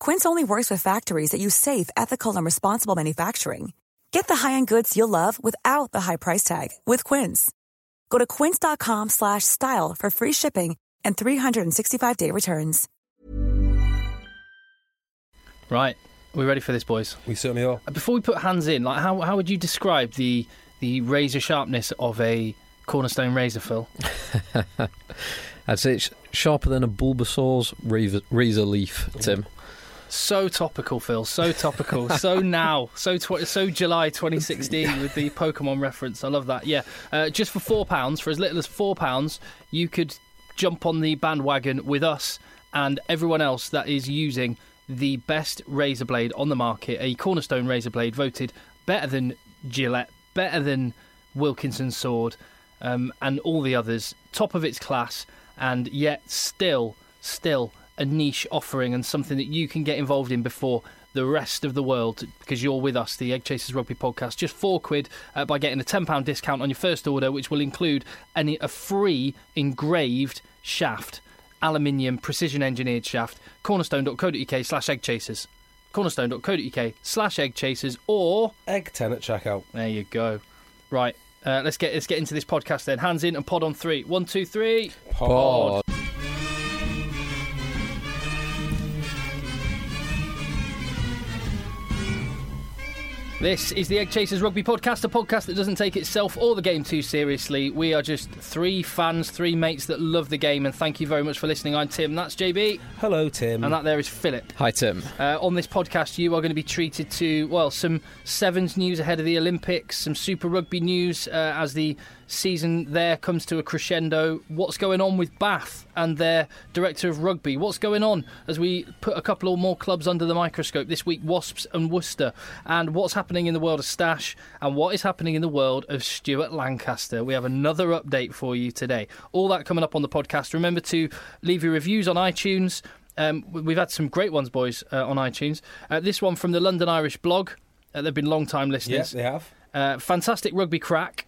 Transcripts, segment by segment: Quince only works with factories that use safe, ethical, and responsible manufacturing. Get the high-end goods you'll love without the high price tag with Quince. Go to quince.com/style slash style for free shipping and 365-day returns. Right, are we ready for this, boys? Uh, We certainly are. Before we put hands in, like how, how would you describe the the razor sharpness of a cornerstone razor, Phil? I'd say it's sharper than a Bulbasaur's razor, razor leaf, Tim. So topical, Phil. So topical. so now. So tw- so July 2016 with the Pokemon reference. I love that. Yeah. Uh, just for four pounds, for as little as four pounds, you could jump on the bandwagon with us and everyone else that is using the best razor blade on the market. A Cornerstone razor blade voted better than Gillette, better than Wilkinson's sword, um, and all the others. Top of its class, and yet still, still a niche offering and something that you can get involved in before the rest of the world because you're with us, the Egg Chasers Rugby podcast. Just four quid uh, by getting a £10 discount on your first order, which will include an, a free engraved shaft, aluminium precision engineered shaft, cornerstone.co.uk slash egg chasers. Cornerstone.co.uk slash egg chasers or Egg 10 at checkout. there you go. Right, uh, let's get let's get into this podcast then. Hands in and pod on three. One, two, three. Pod. This is the Egg Chasers Rugby Podcast, a podcast that doesn't take itself or the game too seriously. We are just three fans, three mates that love the game, and thank you very much for listening. I'm Tim, that's JB, Hello, Tim. and that there is Philip. Hi, Tim. Uh, on this podcast, you are going to be treated to, well, some Sevens news ahead of the Olympics, some Super Rugby news uh, as the season there comes to a crescendo. What's going on with Bath and their director of rugby? What's going on as we put a couple or more clubs under the microscope this week? Wasps and Worcester. And what's happening in the world of Stash and what is happening in the world of Stuart Lancaster? We have another update for you today. All that coming up on the podcast. Remember to leave your reviews on iTunes. Um, we- we've had some great ones, boys, uh, on iTunes. Uh, this one from the London Irish blog. Uh, they've been long time Yes, listeners. they have. Uh, fantastic rugby crack.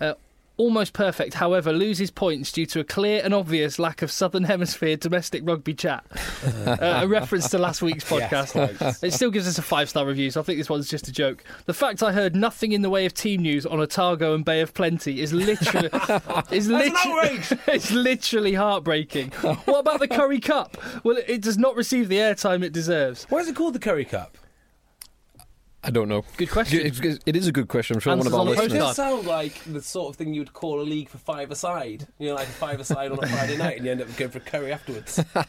Uh, almost perfect, however, loses points due to a clear and obvious lack of Southern Hemisphere domestic rugby chat. uh, a reference to last week's podcast. it still gives us a five star review, so I think this one's just a joke. The fact I heard nothing in the way of team news on Otago and Bay of Plenty is literally is literally it's literally heartbreaking. What about the Curry Cup? Well, it, it does not receive the airtime it deserves. Why is it called the Curry Cup? I don't know. Good question. It- it- it is a good question. I'm sure Answers one on of the our post- It listeners. Postcard. does sound like the sort of thing you'd call a league for five aside. You know, like a five aside on a Friday night, and you end up going for curry afterwards. Uh,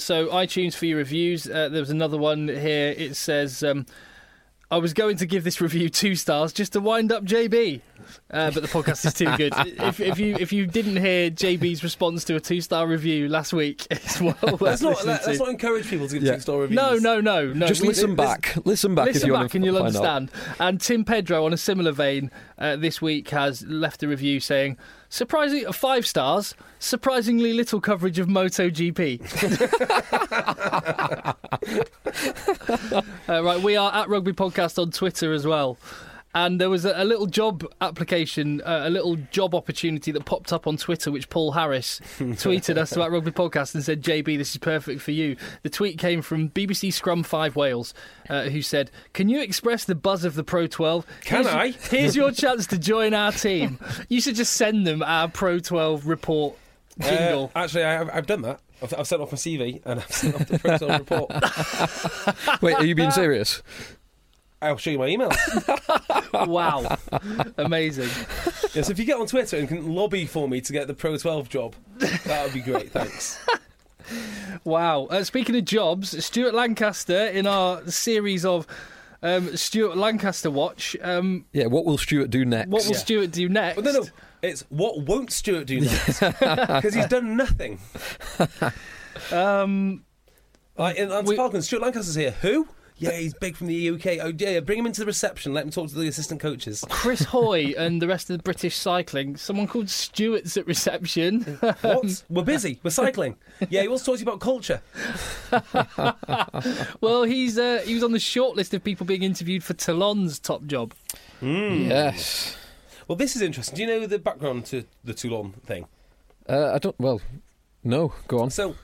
so iTunes for your reviews. Uh, there was another one here. It says, um, "I was going to give this review two stars just to wind up JB, uh, but the podcast is too good. if, if you if you didn't hear JB's response to a two star review last week, it's well worth Let's not, listening let, us to. not encourage people to give Yeah. two star reviews. no, no, no, no. Just We- listen this- back. Listen back if Listen you want back to and you'll find out. understand. And Tim Pedro, on a similar vein, uh, this week has left a review saying, "Surprising five stars, surprisingly little coverage of MotoGP." uh, right, we are at Rugby Podcast on Twitter as well. And there was a, a little job application, uh, a little job opportunity that popped up on Twitter, which Paul Harris tweeted us about Rugby Podcast and said, JB, this is perfect for you. The tweet came from BBC Scrum 5 Wales, uh, who said, Can you express the buzz of the Pro 12? Can here's, I?" Here's your chance to join our team. You should just send them our Pro 12 report Uh, jingle. actually, I, I've- I've done that. I've, I've sent off my CV and I've sent off the personal report. Wait, are you being serious? I'll show you my email. Wow, amazing. yes, if you get on Twitter and can lobby for me to get the Pro 12 job, that would be great. Thanks. Wow. Uh, speaking of jobs, Stuart Lancaster in our series of um, Stuart Lancaster Watch. Um, Yeah, what will Stuart do next? what will Yeah. Stuart do next? But no, no, it's what won't Stuart do next? Because he's done nothing. Um, Like in Lance We- Falcons, Stuart Lancaster's here. Who? Yeah, he's big from the UK. Oh, yeah, yeah, bring him into the reception. Let him talk to the assistant coaches. Chris Hoy and the rest of the British cycling. Someone called Stuart's at reception. What? We're busy. We're cycling. Yeah, he wants to talk to you about culture. well, he's uh, he was on the short list of people being interviewed for Talon's top job. Hmm. Hmm. Yes. Well, this is interesting. Do you know the background to the Toulon thing? Uh, I don't. Well, no. Go on. So,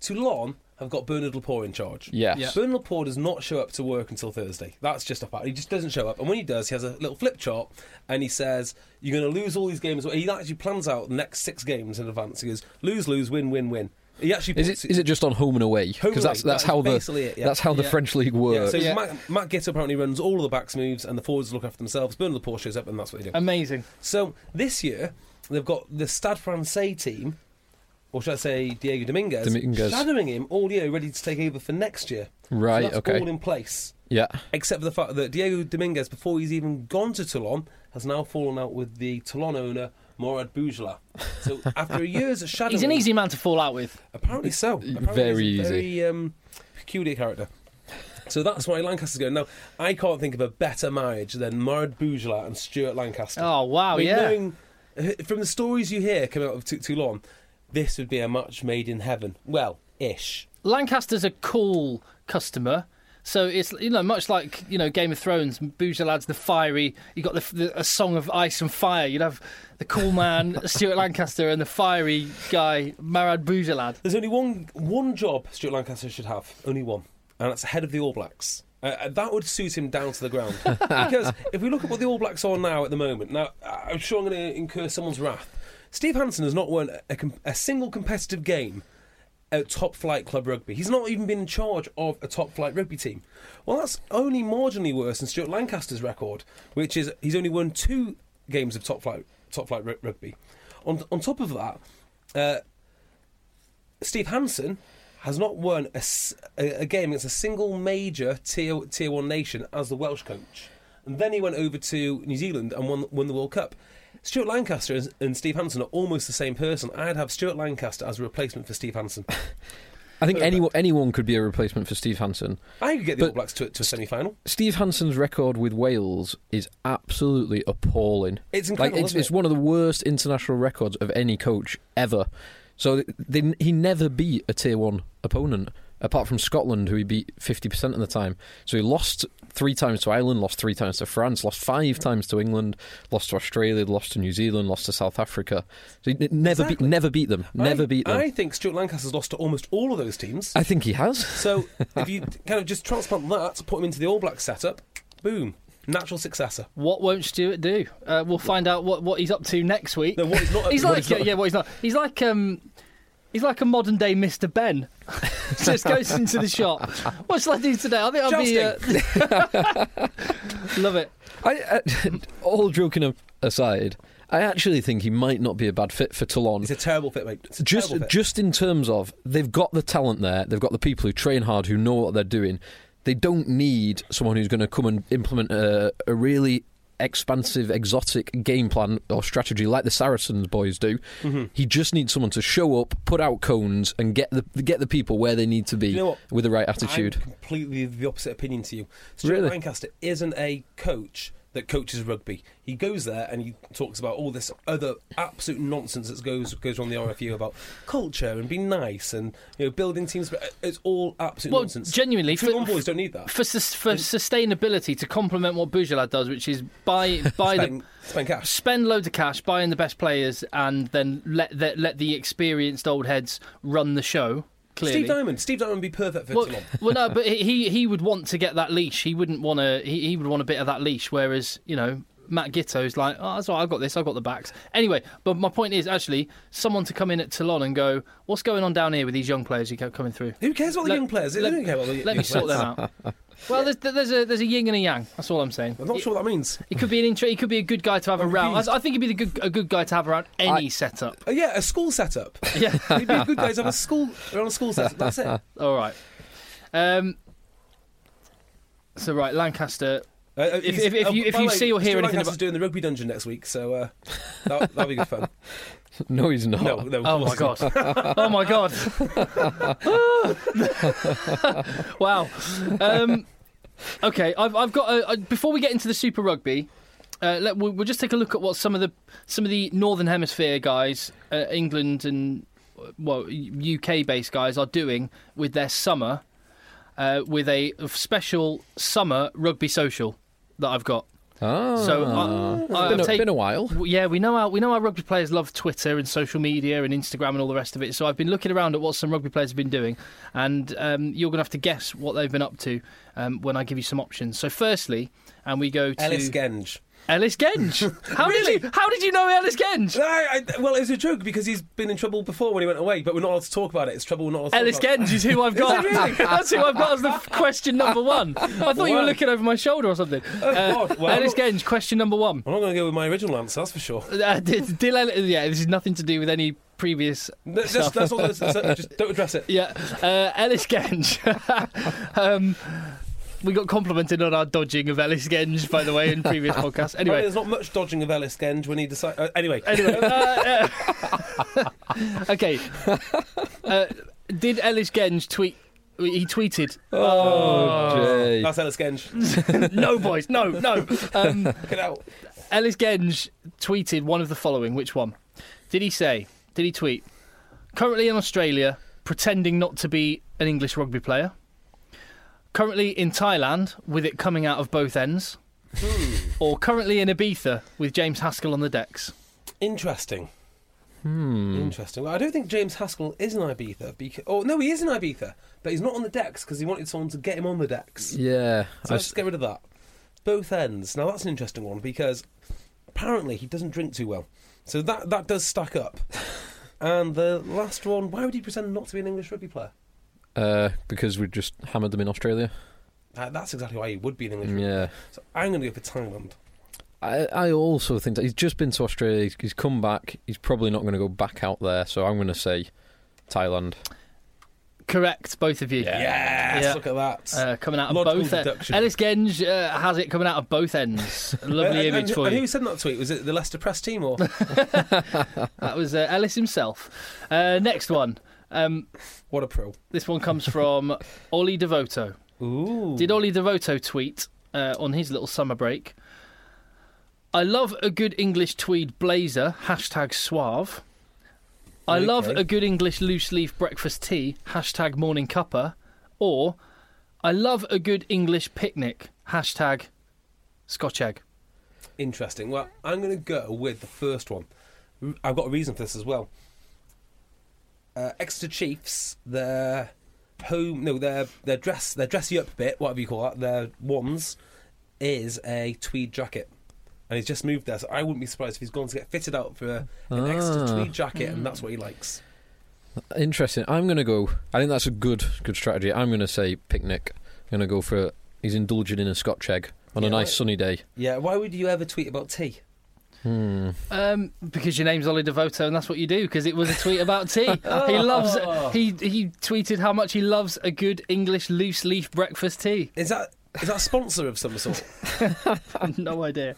Toulon have got Bernard Laporte in charge. Yes. Yeah. Bernard Laporte does not show up to work until Thursday. That's just a fact. He just doesn't show up. And when he does, he has a little flip chart and he says, You're going to lose all these games. He actually plans out the next six games in advance. He goes, Lose, lose, win, win, win. He actually Is puts it is it just on home and away? Home Because and that's away, that's that is how the basically it, yeah. that's how the Yeah. French league Yeah, works. so Yeah. Matt, Matt Gitter apparently runs all of the backs moves and the forwards look after themselves. Bernard Laporte shows up and that's what they do. Amazing. So this year they've got the Stade Francais team, or should I say Diego Dominguez, Dominguez. shadowing him all year, ready to take over for next year. So Right. that's okay. all in place, yeah. except for the fact that Diego Dominguez, before he's even gone to Toulon, has now fallen out with the Toulon owner Morad Boujala. So after years of shadowing, He's an easy man to fall out with. Apparently so. Apparently Very he's a easy. Very um, peculiar character. So that's why Lancaster's going. Now, I can't think of a better marriage than Marad Boujala and Stuart Lancaster. Oh wow, I mean, yeah. knowing- uh, from the stories you hear coming out of Tou- Toulon, this would be a match made in heaven. Well, ish. Lancaster's a cool customer. So it's you know much like you know Game of Thrones, Bougielad's the fiery. You got the, the, a song of ice and fire. You'd have the cool man Stuart Lancaster and the fiery guy Marad Bougelad. There's only one one job Stuart Lancaster should have, only one, and that's head of the All Blacks. Uh, Uh, that would suit him down to the ground because if we look at what the All Blacks are now at the moment, now I- I'm sure I'm going to incur someone's wrath. Steve Hansen has not won a, a, com- a single competitive game at top flight club rugby. He's not even been in charge of a top flight rugby team. Well, that's only marginally worse than Stuart Lancaster's record, which is he's only won two games of top flight top flight ru- rugby. On on top of that, uh, Steve Hansen has not won a, s- a- a game against a single major tier, tier one nation as the Welsh coach. And then he went over to New Zealand and won, won the World Cup. Stuart Lancaster is- and Steve Hansen are almost the same person. I'd have Stuart Lancaster as a replacement for Steve Hansen. I think anyone anyone could be a replacement for Steve Hansen. I could get the All But- Blacks to, to a semi final. Steve Hansen's record with Wales is absolutely appalling. It's incredible, Like it's, isn't it's it? one of the worst international records of any coach ever. So they, he never beat a tier one opponent apart from Scotland, who he beat fifty percent of the time. So he lost three times to Ireland, lost three times to France, lost five times to England, lost to Australia, lost to New Zealand, lost to South Africa. So he n- never Exactly. beat never beat them, never I, beat them. I think Stuart Lancaster's lost to almost all of those teams. I think he has. So if you kind of just transplant that, put him into the All Blacks setup, boom, natural successor. What won't Stuart do? Uh, we'll find out what, what he's up to next week. No, what he's not up he's to- what like he's not up yeah, what he's not. He's like um, he's like a modern day Mister Ben. Just goes into the shop. What shall I do today? I think I'll be. Uh, love it. I, I, all joking a- aside, I actually think he might not be a bad fit for Toulon. It's a terrible fit, mate. It's a just terrible fit. just in terms of they've got the talent there, they've got the people who train hard, who know what they're doing. They don't need someone who's going to come and implement a, a really expansive, exotic game plan or strategy like the Saracens boys do. Mm-hmm. He just needs someone to show up, put out cones, and get the get the people where they need to be You know what? with the right attitude. I'm completely the opposite opinion to you. Stuart Really? Lancaster isn't a coach that coaches rugby. He goes there and he talks about all this other absolute nonsense that goes goes on the RFU about culture and being nice and you know building teams. But it's all absolute Well, nonsense. genuinely, Toulon for- boys don't need that. for sus- for sustainability to complement what Bujalad does, which is buy buy Spend, the spend cash. spend loads of cash, buy in the best players, and then let the, let the experienced old heads run the show. Clearly, Steve Diamond. Steve Diamond would be perfect for well, Toulon. well, no, but he he would want to get that leash. He wouldn't want to. He, he would want a bit of that leash. Whereas you know, Matt Gitto's like, oh, that's all right, I've got this, I've got the backs. Anyway, but my point is actually someone to come in at Toulon and go, what's going on down here with these young players who kept coming through? Who cares about the Let- young players? They let- don't care about the young Let me sort players. them out. Well, there's, there's a there's a yin and a yang. That's all I'm saying. I'm not sure what that means. He could be an intro. He could be a good guy to have around. I, I think he'd be the good, a good guy to have around any setup. Uh, yeah, a school setup. Yeah. He'd be a good guy to have a school around a school setup. That's it. All right. Um. So right, Lancaster. Uh, uh, If- he's- if- if uh, you- if by you the way, see or hear Stuart anything Lancaster's about- doing the rugby dungeon next week, so uh, that, that'll be good fun. No, he's not. No, no. Oh my god. Oh my god. wow. Um, okay, I've, I've got. A, a, before we get into the Super Rugby, uh, let, we'll, we'll just take a look at what some of the some of the Northern Hemisphere guys, uh, England and uh, well UK based guys, are doing with their summer, uh, with a special summer rugby social that I've got. Ah, So I- I, been, I've a, take- been a while. well, Yeah, we know our we know our rugby players love Twitter and social media and Instagram and all the rest of it. So I've been looking around at what some rugby players have been doing, and um, you're going to have to guess what they've been up to um, when I give you some options. So firstly, and we go to Ellis Genge. Ellis Genge. How did you How did you know Ellis Genge? No, I, I- well, it was a joke because he's been in trouble before when he went away, but we're not allowed to talk about it. It's trouble we're not allowed to Ellis talk about. Genge is who I've got. That's who I've got as the f- question number one. I thought you were Wow. looking over my shoulder or something. Uh, God, wow. Ellis Genge, question number one. I'm not going to go with my original answer, that's for sure. Uh, d- d- Dil Ellis- yeah, this is nothing to do with any previous No, That's, stuff. that's all, that's, that's- just don't address it. Yeah, uh, Ellis Genge. um, we got complimented on our dodging of Ellis Genge, by the way, in previous podcasts. Apparently Anyway, There's not much dodging of Ellis Genge when he decides. Uh, anyway, anyway. uh, uh, okay. Uh, did Ellis Genge tweet? He tweeted, Jay. Oh, that's Ellis Genge. "No boys, no, no." Um, Get out. Ellis Genge tweeted one of the following. Which one? Did he say? Did he tweet? Currently in Australia, pretending not to be an English rugby player. Currently in Thailand, with it coming out of both ends. Hmm. or currently in Ibiza, with James Haskell on the decks. Interesting. Hmm. Interesting. Well, I don't think James Haskell is an Ibiza. Because, oh, no, he is an Ibiza, but he's not on the decks because he wanted someone to get him on the decks. Yeah. So I let's s- get rid of that. Both ends. Now that's an interesting one because apparently he doesn't drink too well. So that that does stack up. and the last one, why would he pretend not to be an English rugby player? uh, because we just hammered them in Australia. Uh, that's exactly why he would be an English. rugby Yeah. player. So I'm going to go for Thailand. I, I also think that he's just been to Australia. He's, he's come back. He's probably not going to go back out there. So I'm going to say Thailand. Correct, both of you. Yes, Yeah. look at that. Uh, coming out of Logical both ends. deduction. Ellis Genge uh, has it coming out of both ends. Uh, And- Lovely and- image and, for and you. who sent that tweet? Was it the Leicester Press team or That was uh, Ellis himself. Uh, next one. Um, what a pro? This one comes from Ollie Devoto. Ooh, Did Ollie Devoto tweet uh, on his little summer break? I love a good English tweed blazer, hashtag suave. I love Okay. a good English loose leaf breakfast tea, hashtag morning cuppa. Or I love a good English picnic, hashtag scotch egg. interesting. Well, I'm going to go with the first one. R- I've got a reason for this as well. Uh, Exeter Chiefs, their home, no, their their dress, their dressy up bit, whatever you call that, their ones, is a tweed jacket, and he's just moved there. So I wouldn't be surprised if he's gone to get fitted out for a, an Exeter Ah. tweed jacket, and that's what he likes. Interesting. I'm going to go. I think that's a good good strategy. I'm going to say picnic. I'm going to go for. He's indulging in a Scotch egg on Yeah, a nice right. sunny day. Yeah, why would you ever tweet about tea? Um, because your name's Ollie Devoto, and that's what you do. Because it was a tweet about tea. He loves. He he tweeted how much he loves a good English loose leaf breakfast tea. Is that is that a sponsor of some sort? no idea.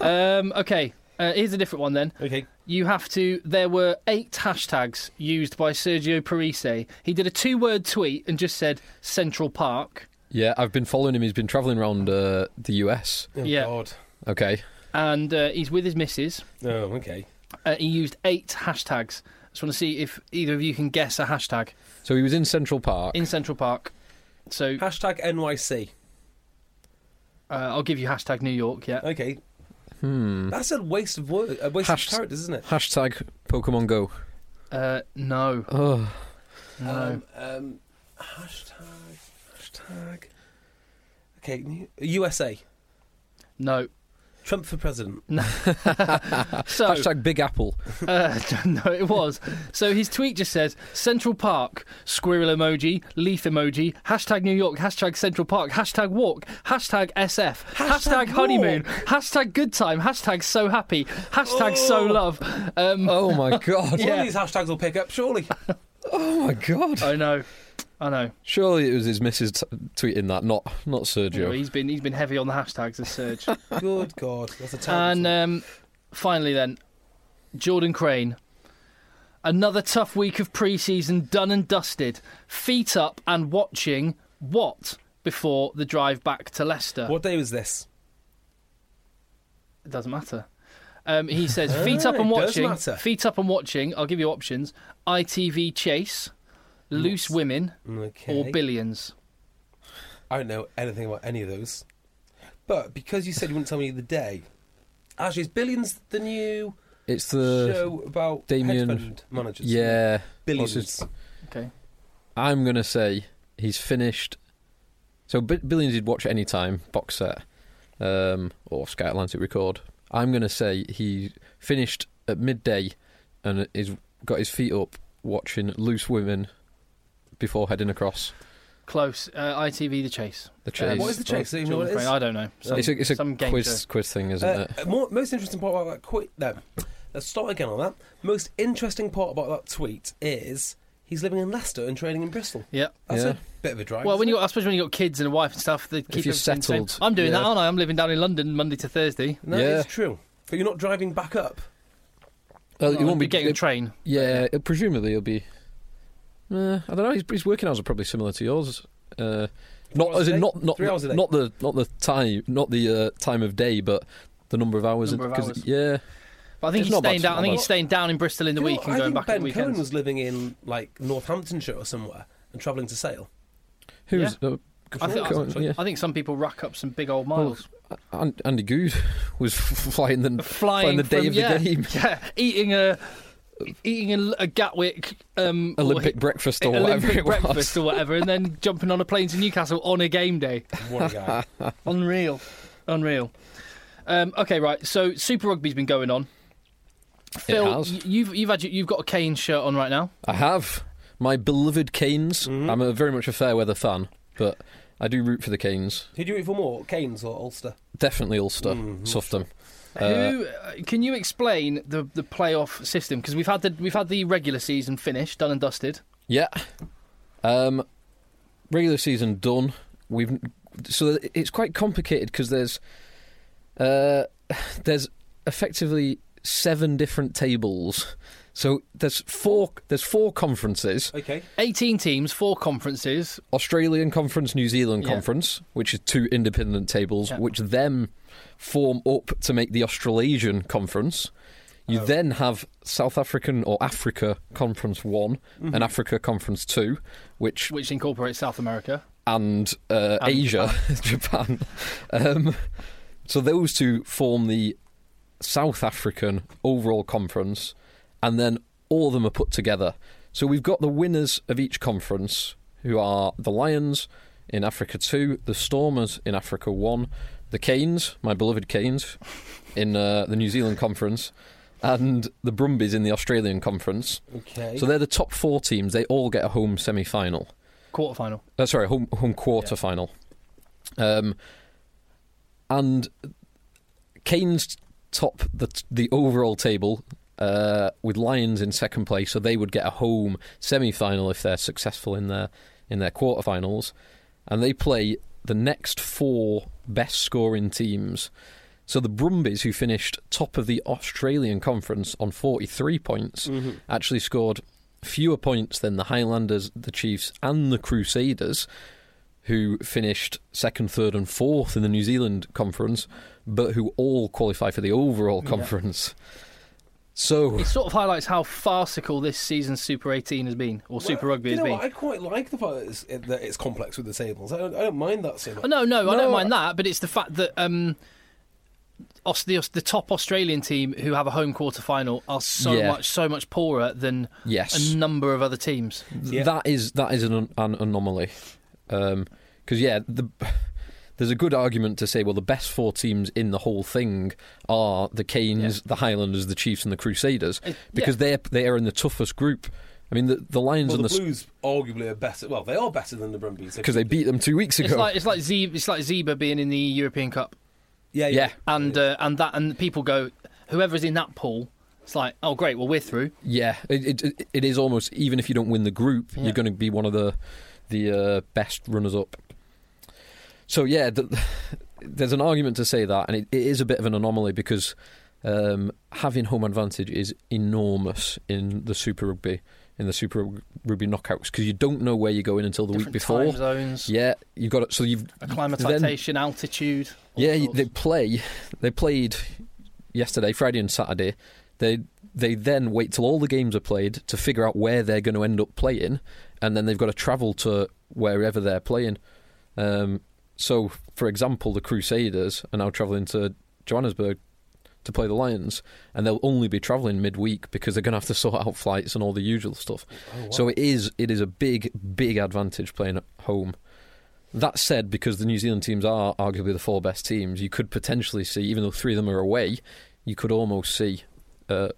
um, okay, uh, here's a different one then. okay, You have to. There were eight hashtags used by Sergio Parise. He did a two-word tweet and just said Central Park. Yeah, I've been following him. He's been travelling around uh, the US. oh, Yeah. God. Okay. And uh, he's with his missus. Oh, okay. Uh, he used eight hashtags. Just want to see if either of you can guess a hashtag So he was in Central Park. in Central Park. So Hashtag NYC. Uh, I'll give you hashtag New York. Yeah. Okay. Hmm. That's a waste of word, a waste Mm. Hasht- of characters, isn't it? Hashtag Pokemon Go. Uh, no. Oh, No. Um, um, hashtag. Hashtag. Okay. n- USA. no. Trump for president. So, Hashtag Big Apple. Uh, no, it was. So his tweet just says Central Park, squirrel emoji, leaf emoji, hashtag New York, hashtag Central Park, hashtag walk, hashtag SF, hashtag, Hashtag honeymoon, hashtag good time, hashtag so happy, hashtag so Oh. love. Um, Oh my god. One of these hashtags will pick up, surely. Oh my god. I know. I know. Surely it was his missus t- tweeting that, not not Sergio. He's been he's been heavy on the hashtags this surge. Good God, that's a terrible. and thing. um, finally, then Jordan Crane. Another tough week of pre-season done and dusted. Feet up and watching what before the drive back to uh, Leicester. what day was this? It doesn't matter. Um, he says feet up and it does watching. matter. Feet up and watching. I'll give you options: ITV Chase, Loose Women, Okay. or Billions. I don't know anything about any of those. But because you said you wouldn't tell me the day, actually, it's Billions the new It's the show about Damien- hedge fund managers? yeah. Oh, Billions. What's his- Okay. I'm gonna say he's finished. So B- billions you'd watch any time box set, um, or Sky Atlantic record. I'm gonna say he finished at midday, and is got his feet up watching Loose Women before heading across Close. Uh, ITV The Chase. the Uh, chase. what is the chase? Do you know what it Jordan is? Crane, I don't know. Some, it's a, it's a some game quiz quiz thing, isn't Uh, it? more, most interesting part about that quit. No, let's start again on that. Most interesting part about that tweet is he's living in Leicester and training in Bristol. show. Yeah. That's Yeah. a bit of a drive. Well, when isn't you got, I suppose when you got kids and a wife and stuff, they keep you're everything the same. settled, I'm doing that, yeah. aren't I? I'm living down in London Monday to Thursday. it? That Yeah. is true. But you're not driving back up. Uh, it I'll getting a train. Yeah, it, presumably he'll be. Uh, I don't know. His, his working hours are probably similar to yours. Uh, not hours as a in day? not not Three hours a day? not the not the time not the uh, time of day, but the number of hours. Number of 'cause- hours. Yeah, But I think It's he's not bad, staying down. I not think he's bad. staying down in Bristol in the You know week what? and I going think back Ben at the Cohen weekends. was living in like Northamptonshire or somewhere and travelling to Sale. who's uh, I think, Cohen, yeah. I think some people rack up some big Oh, old miles. An- Andy Good was flying the Flying the day from- of yeah, the game, Yeah, eating a eating a, a Gatwick um, or Olympic hi- breakfast or whatever Olympic it was. breakfast or whatever, and then jumping on a plane to Newcastle on a game day. What a guy. Unreal. Unreal. Um, okay, right. So Super Rugby's been going on. Phil, has. y- you've you've had your- you've got a Kane shirt on right now. I have my beloved Canes. Mm-hmm. I'm a, very much a fair weather fan, but I do root for the Canes. Who do you root for more, Keynes or Ulster? Definitely Ulster, Mm-hmm. Sufton. Who uh, can you explain the the playoff system? Because we've had the we've had the regular season finished, done and dusted. Yeah. Um, regular season done. We've so it's quite complicated because there's uh, there's effectively seven different tables. So there's four there's four conferences: Okay. Eighteen teams, four conferences. Australian Conference, New Zealand Yeah. Conference, which is two independent tables, Yeah. which then form up to make the Australasian Conference. Oh. You then have South African or Africa Conference One Mm-hmm. and Africa Conference Two, which which incorporates South America. and, uh, And Asia, Japan. Um, so those two form the South African overall conference, and then all of them are put together. So we've got the winners of each conference, who are the Lions in Africa 2, the Stormers in Africa 1, the Canes, my beloved Canes, in uh, the New Zealand conference, and the Brumbies in the Australian conference. Okay. So they're the top four teams. They all get a home semi final. Quarterfinal. Uh, sorry, home home quarter final. Um, and Canes top the the overall table uh, with Lions in second place, so they would get a home semi final if they're successful in their in their quarterfinals, and they play the next four best scoring teams. So the Brumbies, who finished top of the Australian Conference on 43 points, actually scored fewer points than the Highlanders, the Chiefs, and the Crusaders, who finished second, third, and fourth in the New Zealand Conference, but who all qualify for the overall conference. So, It sort of highlights how farcical this season's Super 18 has been, or Super Well, Rugby you has know been. what? I quite like the fact that it's, it- that it's complex with the tables. I don't, I don't mind that so much. Oh, no, no, I No, don't mind that, but it's the fact that um, Aus- the, Aus- the top Australian team who have a home quarter final are so Yeah. much, so much poorer than Yes. a number of other teams. That is that is an, an anomaly, because yeah, Um, the there's a good argument to say, well, the best four teams in the whole thing are the Canes, Yeah. the Highlanders, the Chiefs, and the Crusaders Uh, because they're they are in the toughest group. I mean, the, the Lions Well, and the, the s- Blues arguably are better. Well, they are better than the Brumbies because they beat them two weeks It's ago. like it's like Ze- it's like Zebra being in the European Cup, yeah, yeah. and uh, and that and people go, whoever's in that pool, it's like, oh great, well we're through. yeah, it, it it is almost even if you don't win the group, Yeah. you're going to be one of the the uh, best runners up. So yeah, the, there's an argument to say that, and it, it is a bit of an anomaly because um, having home advantage is enormous in the Super Rugby in the Super Rugby knockouts because you don't know where you're going until the Different week before. time zones, Yeah, you got it. So you've then- acclimatization, altitude. all yeah, you- sorts. they play. They played yesterday, Friday and Saturday. They they then wait till all the games are played to figure out where they're going to end up playing, and then they've got to travel to wherever they're playing. Um, so, for example, the Crusaders are now travelling to Johannesburg to play the Lions, and they'll only be travelling midweek because they're going to have to sort out flights and all the usual stuff. So it is it is a big big advantage playing at home. That said, because the New Zealand teams are arguably the four best teams, you could potentially see, even though three of them are away, you could almost see uh,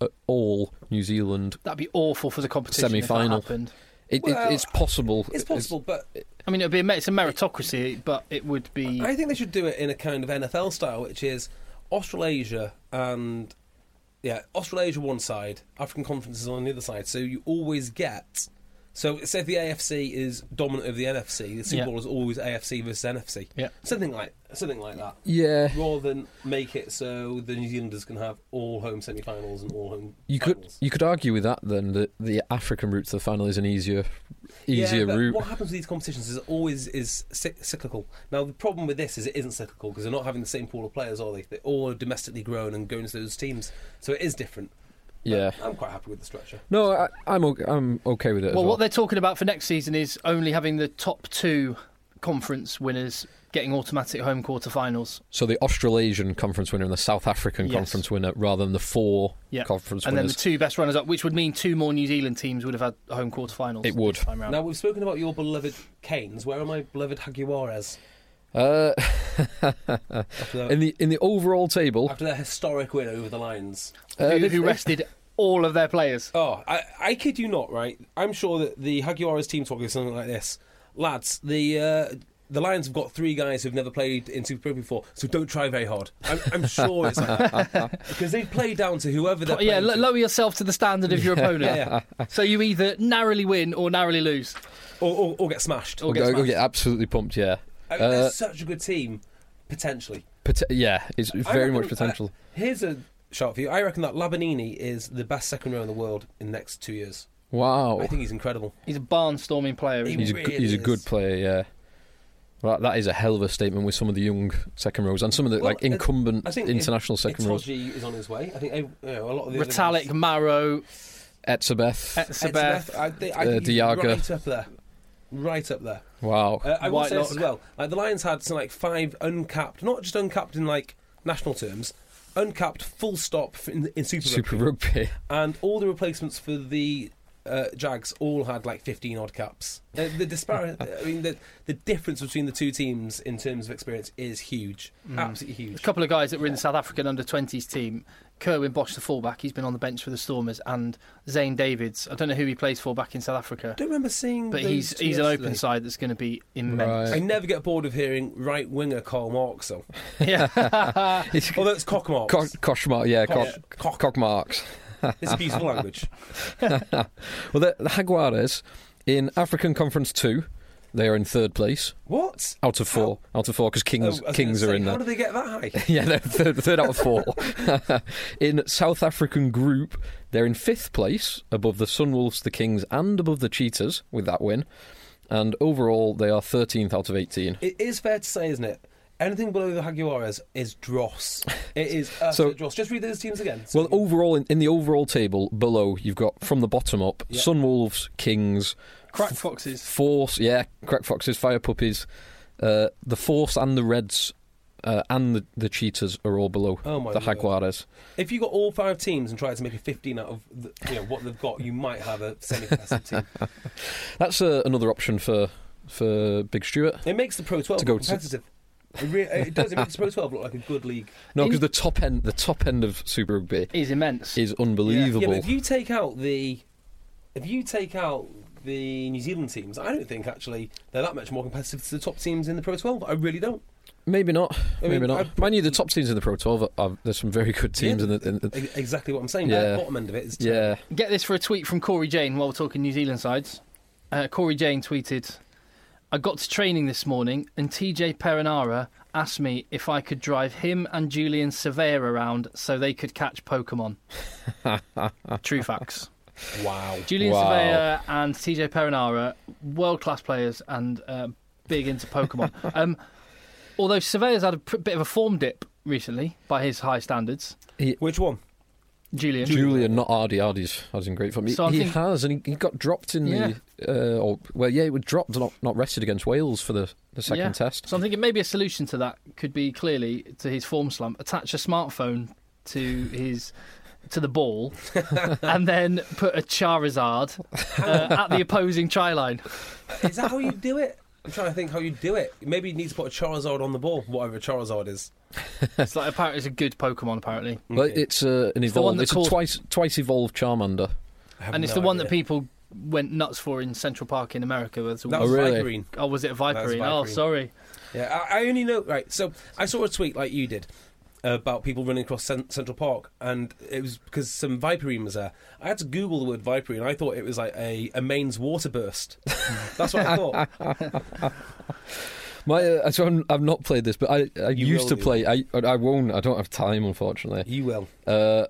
uh, all New Zealand. That'd be awful for the competition. Semi-final. If that happened. It, Well, it, it's possible. It's possible, but I mean, it'd be a, me- it's a meritocracy, but it would be. I think they should do it in a kind of NFL style, which is Australasia and yeah, Australasia one side, African conferences on the other side. So you always get. So say if the AFC is dominant over the NFC, the Super Yeah. Bowl is always AFC versus NFC. Yeah. something like something like that. Yeah. Rather than make it so the New Zealanders can have all home semi-finals and all home. You could finals. you could argue with that then that the African route to the final is an easier easier yeah, but route. What happens with these competitions is it always is cy- cyclical. Now the problem with this is it isn't cyclical because they're not having the same pool of players, are they? They all are domestically grown and going to those teams, so it is different. But Yeah. I'm quite happy with the structure. No, I, I'm okay, I'm okay with it. as well, well. what they're talking about for next season is only having the top two conference winners getting automatic home quarterfinals, so the Australasian conference winner and the South African Yes. conference winner, rather than the four Yeah. conference and then the winners. two best runners up, which would mean two more New Zealand teams would have had home quarterfinals. It would. this time round. Now we've spoken about your beloved Canes. Where are my beloved Haguares uh, after their, in the in the overall table, after their historic win over the Lions? uh, who, they've- who rested all of their players? Oh, I, I kid you not, right? I'm sure that the Haguares team talk is something like this, lads. The uh, the Lions have got three guys who've never played in Super Pro before, so don't try very hard. I'm, I'm sure it's like because they play down to whoever they're yeah, playing lo- to. lower yourself to the standard of your opponent. Yeah. So you either narrowly win or narrowly lose. or, or, or get smashed. Or Go, get go smashed. get absolutely pumped, yeah. I mean, Uh, they're such a good team, potentially. Pot- yeah, it's I very much reckon- potential. uh, here's a shout for you. I reckon that Labanini is the best second row in the world in the next two years. wow. I think he's incredible. He's a barnstorming player. Isn't He he? he's a, really good he's a good is. player, yeah. Well, that is a hell of a statement with some of the young second rows and some of the Well, like incumbent I think it- international second rows. Itoji is on his way. I think eh, you know, a lot of the other guys- Retallick, Marrow, Etzebeth. Etzebeth. Etzebeth, I think, I Uh, think he's Diaga. right up there. Right up there. wow. Uh, I will say Whitelock. this as well. Like the Lions had some like five uncapped, not just uncapped in like national terms, uncapped full stop f- in, in Super, Super Rugby. rugby. and all the replacements for the uh, Jags all had like fifteen odd caps. Uh, the disparity, I mean, the the difference between the two teams in terms of experience is huge, absolutely Mm. a huge. couple of guys that were in the South African under 20s team. Kerwin Bosch, the fullback, he's been on the bench for the Stormers, and Zane Davids. I don't know who he plays for back in South Africa, I don't remember seeing, but those he's two he's an yesterday. open side that's going to be immense. I never get bored of hearing right winger Carl Marks though. Yeah. Although it's cock Marks. Co- Koshmark, yeah, Cock- Kosh- cock. Cockmarks. It's a beautiful language. Well, the, the Jaguares in African Conference 2, they are in third place What? out of four. Out of four, because Oh, I Kings, was gonna Kings are say, in How there. do they get that high? Yeah, they're third, third out of four. in South African group, they're in fifth place, above the Sunwolves, the Kings, and above the Cheetahs with that win. And overall, they are 13th out of 18. It is fair to say, isn't it? Anything below the Jaguares is dross. It is absolute So- dross. Just read those teams again. So Well, overall, in, in the overall table below, you've got from the bottom up Yeah. Sunwolves, Kings, Crack Foxes. Force, yeah, Crack Foxes, Fire Puppies, uh, the Force and the Reds. Uh, and the, the cheetahs are all below Oh my the word. Jaguares. if you got all five teams and tried to make a 15 out of the, you know, what they've got, you might have a semi-contested team. That's uh, another option for for Big Stuart. It makes the Pro 12 To go competitive. It, re- it does. It makes Pro 12 look like a good league. No, because In- the top end, the top end of Super Rugby Is immense. is Yeah, unbelievable. but if you take out the, if you take out the New Zealand teams, I don't think actually they're that much more competitive to the top teams in the Pro 12. I really don't. Maybe not. I Maybe mean, not. I'd- Mind you, the top teams in the Pro 12 are, are there's some very good teams. Yeah. In the, in the, E- Exactly what I'm saying. Yeah. The bottom end of it is. yeah, Get this for a tweet from Corey Jane while we're talking New Zealand sides. Uh, Corey Jane tweeted, I got to training this morning and TJ Perinara asked me if I could drive him and Julian Surveyor around so they could catch Pokemon. True facts. Wow. Julian Wow. Surveyor and TJ Perinara, world class players and uh, big into Pokemon. um, although Surveyor's had a pr- bit of a form dip recently by his high standards. Which one? Julian. Julian, not Ardy. Ardy's was in great form. He, So I he think- has, and he, he got dropped in the. Uh, or, well, yeah, he was dropped, not not rested against Wales for the, the second Yeah. test. So I'm thinking maybe a solution to that could be clearly to his form slump, attach a smartphone to his to the ball, and then put a Charizard uh, at the opposing try line. Is that how you do it? I'm trying to think how you do it. Maybe you need to put a Charizard on the ball, whatever a Charizard is. It's like apparently it's a good Pokemon apparently, Well, Okay. it's uh, an It's the one evolved. that It's, caused- a twice twice evolved Charmander. I have and it's no the one idea. that people went nuts for in Central Park in America. With That Oh, was really? Viperine. oh, was it That was Viperine? Oh, Viperine. sorry. Yeah, I, I only know. Right, so I saw a tweet like you did about people running across cen- Central Park, and it was because some Viperine was there. I had to Google the word Viperine. I thought it was like a, a mains water burst. That's what I thought. My, uh, so I'm, I've not played this, but I, I You used will to do. play. I I won't. I don't have time, unfortunately. You will. Uh,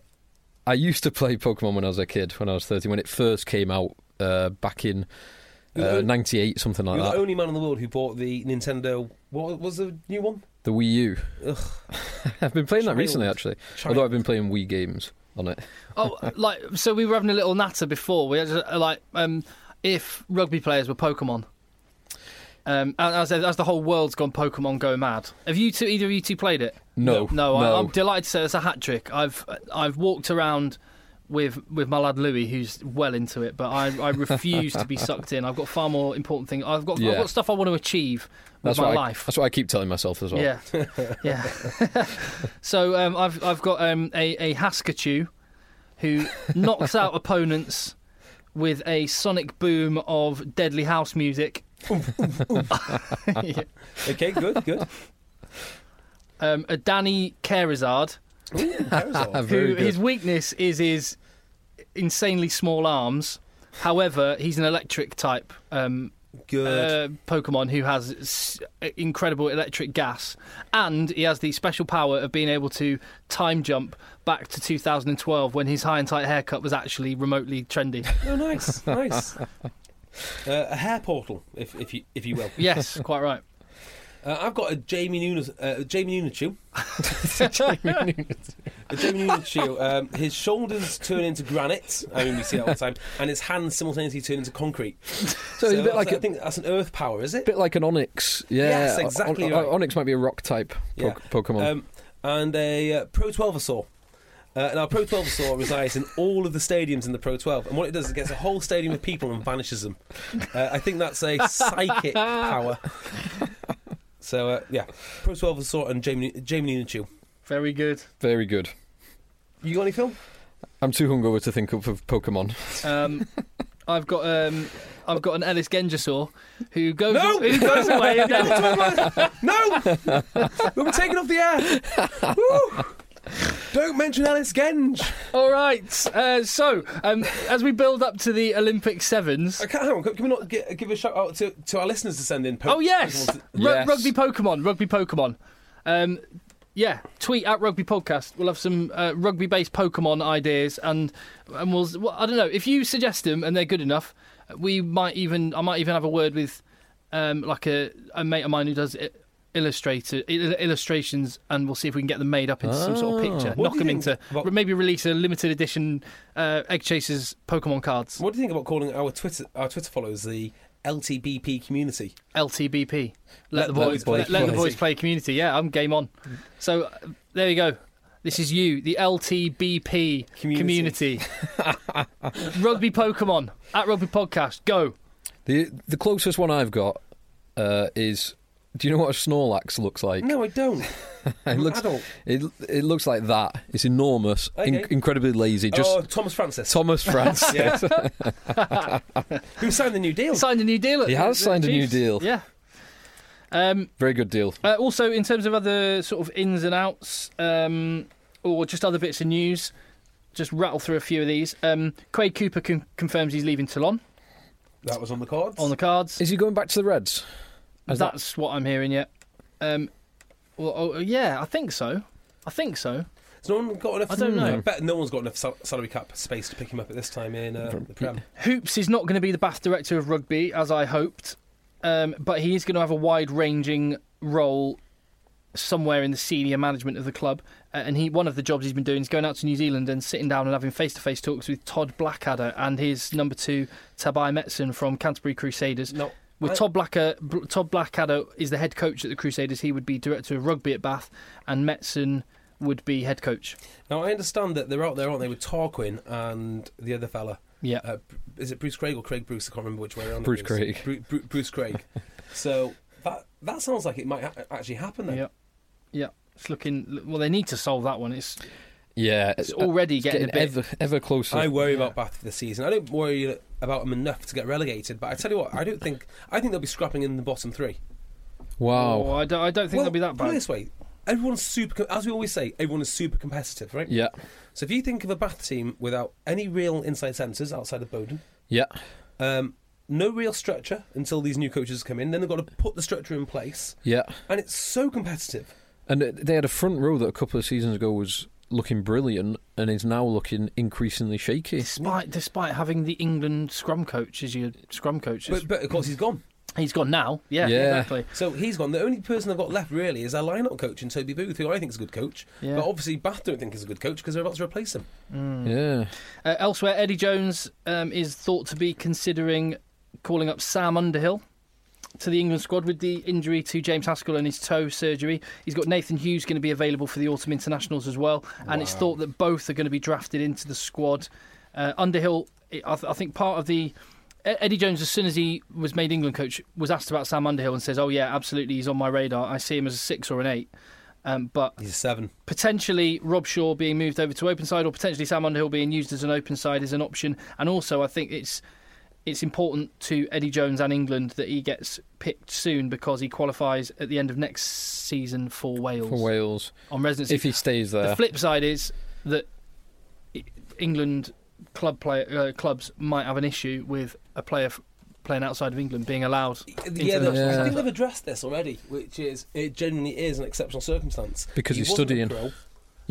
I used to play Pokemon when I was a kid, when I was 13, when it first came out uh, back in You're uh, the- 98, something like You're that. the only man in the world who bought the Nintendo. What was the new one? The Wii U. Ugh. I've been playing that recently, Child. actually. Child. Although I've been playing Wii games on it. Oh, like so we were having a little natter before. We had uh, like um, if rugby players were Pokemon. Um, and as, as the whole world's gone Pokemon Go mad, have you two? Either of you two played it? No, no. I, no. I'm delighted to say it's a hat trick. I've I've walked around with with my lad Louis, who's well into it, but I, I refuse to be sucked in. I've got far more important things. I've got I've Yeah. got stuff I want to achieve with That's my what life. I, that's what I keep telling myself as well. Yeah, yeah. so um, I've I've got um, a a Haskachu who knocks out opponents with a sonic boom of deadly house music. Yeah. Okay, good, good. um, a Danny Carizard Ooh, Charizard. Very who good. his weakness is his insanely small arms. However, he's an electric type um, good. uh, Pokemon who has s- incredible electric gas, and he has the special power of being able to time jump back to 2012 when his high and tight haircut was actually remotely trendy. oh, nice, nice. Uh, a hair portal, if, if you if you will. yes, quite right. Uh, I've got a Jamie Nunes, uh, Jamie Nunachu. a Jamie Nunachu. Um, his shoulders turn into granite. I mean, we see that all the time. And his hands simultaneously turn into concrete. So, it's a bit that's- like I a think that's an earth power, is it? bit like an Onyx. Yeah, Yes, exactly On- right. Onyx might be a rock type po- Yeah. Pokemon. Um, and a uh, Pro 12osaur. Uh, now, Pro 12osaur resides in all of the stadiums in the Pro 12, and what it does is it gets a whole stadium of people and vanishes them. Uh, I think that's a psychic power. So uh, yeah, Pro 12osaur and Jamie Jamie Nunachu. Very good. Very good. You got any film? I'm too hungover to think up of Pokemon. Um, I've got um, I've got an Ellis Gengisaur who goes No! who goes away and then No! we were taken off the air. Woo! Don't mention Alice Genge. All right. Uh, so, um, as we build up to the Olympic sevens, I can't, Uh, hang on, can we not gi- give a shout out to, to our listeners to send in? po- Oh yes, Pokemon to- Ru- Yes. rugby Pokemon, rugby Pokemon. Um, yeah, tweet at Rugby Podcast. We'll have some uh, rugby-based Pokemon ideas, and and we'll, well, I don't know if you suggest them and they're good enough. We might even I might even have a word with um, like a, a mate of mine who does it. Illustrator il- illustrations, and we'll see if we can get them made up into some sort of picture. Ah. What Knock do you them think into about- maybe release a limited edition uh, Egg Chasers Pokemon cards. What do you think about calling our Twitter our Twitter followers the LTBP community? LTBP. Let, Let the the boys, let, boys play let the community. boys play community. Yeah, I'm game on. So uh, there you go. This is you, the LTBP community. Community. rugby Pokemon at Rugby Podcast. Go. The the closest one I've got uh, is Do you know what a Snorlax looks like? No, I don't. I'm an looks- adult. It it looks like that. It's enormous, in- Okay. incredibly lazy. Just oh, Thomas Francis, Thomas France. Yeah. who signed the New Deal. signed a new deal. at He has the- the signed a new Chiefs. deal. Yeah. Um, Very good deal. Uh, also, in terms of other sort of ins and outs, um, or just other bits of news, just rattle through a few of these. Um, Quade Cooper con- confirms he's leaving Toulon That was on the cards. on the cards. Is he going back to the Reds? That's what I'm hearing. Yeah. Um, well, oh, yeah, I think so. I think so. Has no one got enough? Hmm. I don't know. I bet no one's got enough sal- salary cap space to pick him up at this time in uh, the Prem. Hoops is not going to be the Bath director of rugby as I hoped, um, but he is going to have a wide-ranging role somewhere in the senior management of the club. Uh, and he, one of the jobs he's been doing is going out to New Zealand and sitting down and having face-to-face talks with Todd Blackadder and his number two Tabai Metson from Canterbury Crusaders. No, With I- Todd Blacker, Bl- Todd Blackadder is the head coach at the Crusaders. He would be director of rugby at Bath, and Metson would be head coach. Now I understand that they're out there, aren't they, with Tarquin and the other fella. Yeah, Uh, Br- is it Bruce Craig or Craig Bruce? I can't remember which way around. it Bruce was. Craig. Bru- Bru- Bruce Craig. so that that sounds like it might ha- actually happen then. yeah, yeah. It's looking well. They need to solve that one. It's Yeah, It's already it's uh, getting, a bit. ever ever closer. I worry Yeah. about Bath this season. I don't worry about them enough to get relegated, but I tell you what, I don't think I think they'll be scrapping in the bottom three. wow. Oh, I don't. I don't think well, they'll be that Put it bad. this way, everyone's super. com- As we always say, everyone is super competitive, right? Yeah, So if you think of a Bath team without any real inside centres outside of Bowden, yeah. um, no real structure until these new coaches come in, then they've got to put the structure in place, Yeah, and it's so competitive. and it- they had a front row that a couple of seasons ago was looking brilliant, and is now looking increasingly shaky. Despite despite having the England scrum coach as your scrum coach, But, but of course he's gone, he's gone now. Yeah, Yeah. exactly. so he's gone. The only person I've got left really is our line-up coach in Toby Booth, who I think is a good coach, Yeah. but obviously Bath don't think he's a good coach because they're about to replace him. Yeah, Uh, elsewhere, Eddie Jones um, is thought to be considering calling up Sam Underhill to the England squad with the injury to James Haskell and his toe surgery. He's got Nathan Hughes going to be available for the autumn internationals as well, and it's thought that both are going to be drafted into the squad. Uh, Underhill, I, th- I think part of the E- Eddie Jones, as soon as he was made England coach, was asked about Sam Underhill and says, "Oh yeah, absolutely, he's on my radar. I see him as a six or an eight. Um, but He's a seven. potentially Rob Shaw being moved over to open side, or potentially Sam Underhill being used as an open side is an option. And also, I think it's it's important to Eddie Jones and England that he gets picked soon because he qualifies at the end of next season for Wales for Wales, on residency. if he stays the there. flip side is that I- England club play, uh, clubs might have an issue with a player f- playing outside of England being allowed. Yeah, the- they- I Yeah. think they've addressed this already, which is it genuinely is an exceptional circumstance Because he's wasn't a studying. pro. yeah.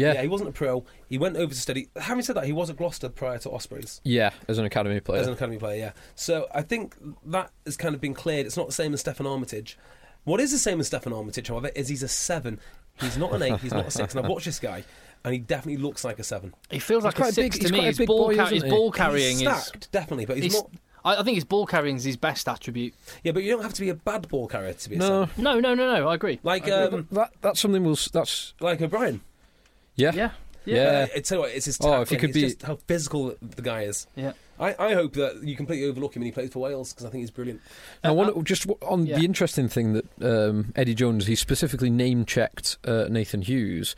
yeah, yeah, he wasn't a pro. He went over to study. Having said that, he was at Gloucester prior to Ospreys. as an academy player. as an academy player. Yeah, so I think that has kind of been cleared. It's not the same as Stefan Armitage. What is the same as Stefan Armitage, however, is he's a seven. He's not an eight. He's not a six. And I've watched this guy, and he definitely looks like a seven. He feels like quite a a six to big- he's me. quite a His big ball, boy, ca- isn't his he? ball carrying he's is. stacked, definitely, but he's, He's- not. I, I think his ball carrying is his best attribute. Yeah, but you don't have to be a bad ball carrier to be a No. seven. No, no, no, no. I agree. Like Th- um, that that's something we'll. s- That's like O'Brien. yeah. yeah, yeah, Yeah. Uh, it's, it's his tackling. Oh, if he could it's be- just how physical the guy is. yeah. I, I hope that you completely overlook him when he plays for Wales because I think he's brilliant. Now, one, just w- on yeah. the interesting thing that um, Eddie Jones, he specifically name checked uh, Nathan Hughes,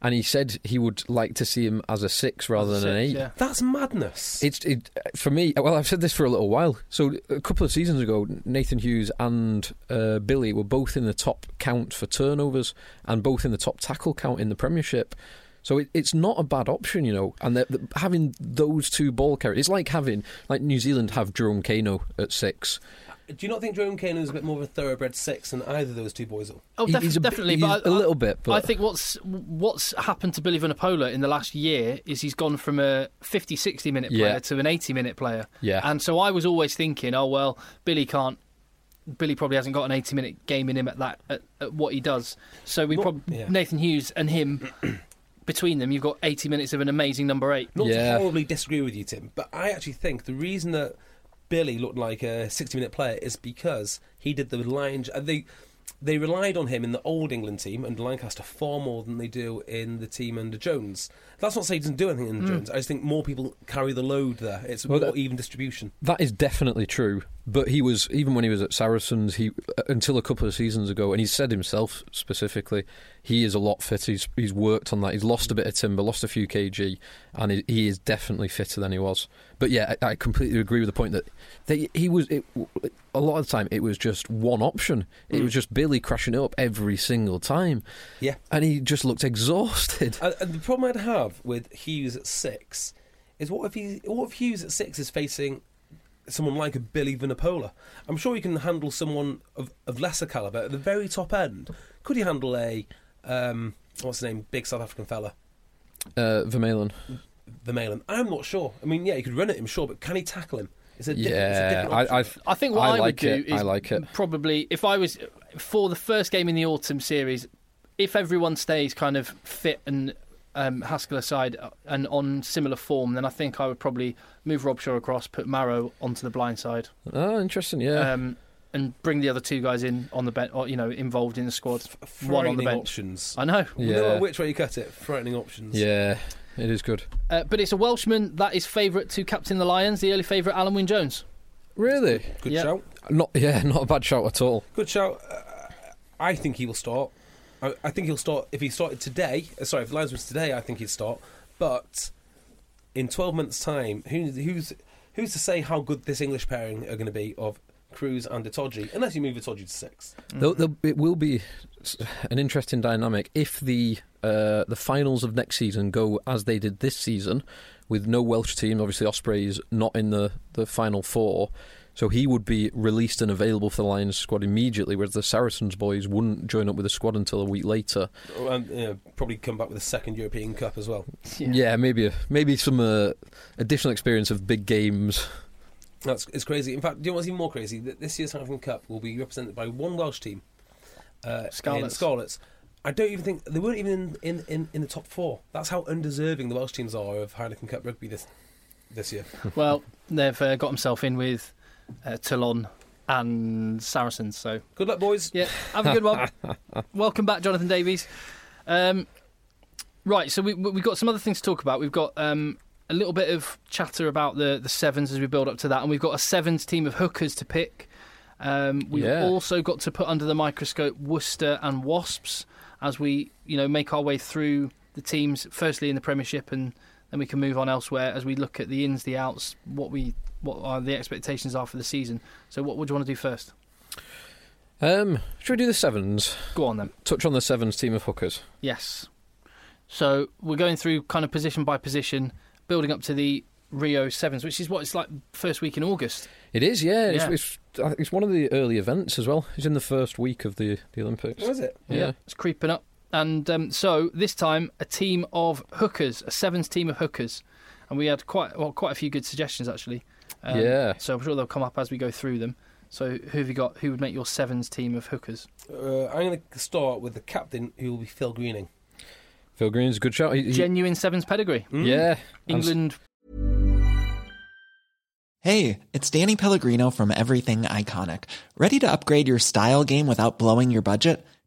and he said he would like to see him as a six rather than an eight. Yeah. That's madness. It's it for me. Well, I've said this for a little while. So a couple of seasons ago, Nathan Hughes and uh, Billy were both in the top count for turnovers and both in the top tackle count in the Premiership. So it, it's not a bad option, you know. And that that having those two ball carriers, it's like having like New Zealand have Jerome Kano at six. Do you not think Jerome Kane is a bit more of a thoroughbred six than either of those two boys? are? Oh, He- def- he's a bit- definitely. he's but I- a little bit, but- I think what's what's happened to Billy Vanapola in the last year is he's gone from a 50, 60 minute player Yeah. to an 80 minute player. Yeah. And so I was always thinking, oh well, Billy can't. Billy probably hasn't got an 80 minute game in him at that at, at what he does. So we Not- probably yeah. Nathan Hughes and him. Between them, you've got 80 minutes of an amazing number eight. Not Yeah. to horribly disagree with you, Tim, but I actually think the reason that Billy looked like a 60 minute player is because he did the line. uh, They, they relied on him in the old England team under Lancaster far more than they do in the team under Jones. That's not to say he doesn't do anything under Jones. I just think more people carry the load there. It's a Hmm. Well, more that- even distribution. That is definitely true. But he was even when he was at Saracens, he uh, until a couple of seasons ago, and he said himself specifically, he is a lot fitter. He's, he's worked on that. He's lost a bit of timber, lost a few kg, and he, he is definitely fitter than he was. But yeah, I, I completely agree with the point that they, he was. It, a lot of the time, it was just one option. It was just Billy crashing it up every single time. Mm. Yeah. and he just looked exhausted. Uh, And, and the problem I'd have with Hughes at six is what if he what if Hughes at six is facing someone like a Billy Vanapola? I'm sure he can handle someone of, of lesser calibre at the very top end. Could he handle a um, what's the name? Big South African fella, Uh, Vermaelen. the Malin. I'm not sure. I mean, yeah, he could run at him, sure, but can he tackle him? It's a, diff- it's a Yeah, different option. I, I, I think what I, like would it. do is I like it. probably if I was for the first game in the autumn series, if everyone stays kind of fit and um, Haskell aside uh, and on similar form, then I think I would probably move Robshaw across, put Marrow onto the blind side, Oh, interesting. Yeah, um, and bring the other two guys in on the bench, or you know, involved in the squad. one on the Frightening bench. options. I know, No matter yeah, which way you cut it, frightening options. yeah. It is good. uh, but it's a Welshman that is favourite to captain the Lions, the early favourite Alan Wynne Jones. Really? Good Yeah. shout. Not yeah, not a bad shout at all. Good shout. Uh, I think he will start. I, I think he'll start if he started today. uh, Sorry, if the Lions was today, I think he'd start. But in twelve months' time, who, who's who's to say how good this English pairing are going to be of Cruz and Itoji? Unless you move Itoji to six. Though though it will be s- an interesting dynamic if the uh, the finals of next season go as they did this season, with no Welsh team. Obviously, Ospreys not in the the final four, so he would be released and available for the Lions squad immediately. Whereas the Saracens boys wouldn't join up with the squad until a week later. Oh, And you know, probably come back with a second European Cup as well. Yeah, maybe maybe some uh, additional experience of big games. That's it's crazy. In fact, do you know what's even more crazy? That this year's South African Cup will be represented by one Welsh team, uh, in Scarlets. Scarlets. I don't even think they weren't even in, in, in, in the top four. That's how undeserving the Welsh teams are of Heineken Cup rugby this this year. Well, they've uh, got himself in with uh, Toulon and Saracens. So Good luck, boys. yeah, have a good one. Welcome back, Jonathan Davies. Um, right, so we, we- we've got some other things to talk about. We've got um, a little bit of chatter about the the sevens as we build up to that, and we've got a sevens team of hookers to pick. Um, we've Yeah. also got to put under the microscope Worcester and Wasps as we you know make our way through the teams. Firstly in the Premiership, and then we can move on elsewhere as we look at the ins, the outs, what we what are the expectations are for the season. So what would you want to do first? Um, should we do the sevens? Go on then. Touch on the sevens team of hookers. Yes. So we're going through kind of position by position, building up to the Rio Sevens, which is what it's like first week in August. It is, yeah. Yeah. It's, it's, I think it's one of the early events as well. It's in the first week of the, the Olympics. What is it? Yeah. It's creeping up. And um, so this time, a team of hookers, a Sevens team of hookers. And we had quite well, quite a few good suggestions, actually. Um, Yeah. So I'm sure they'll come up as we go through them. So who have you got? Who would make your Sevens team of hookers? Uh, I'm going to start with the captain, who will be Phil Greening. Phil Green's a good shout. He- he- Genuine Sevens pedigree. Hmm? yeah. And s- England. Hey, it's Danny Pellegrino from Everything Iconic. Ready to upgrade your style game without blowing your budget?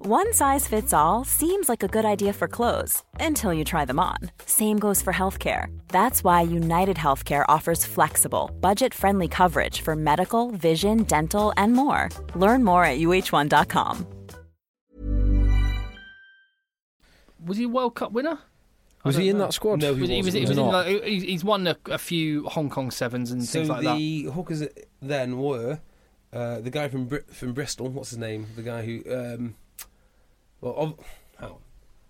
One size fits all seems like a good idea for clothes until you try them on. Same goes for healthcare. That's why United Healthcare offers flexible, budget friendly coverage for medical, vision, dental, and more. Learn more at uh1.com. Was he a World Cup winner? was he in that squad? No, he Was he, was he, He's was he, not. like, he- he's won a, a few Hong Kong Sevens and So things like that. the hookers then were uh, the guy from Bri- from Bristol. What's his name? The guy who, um, well, of, how?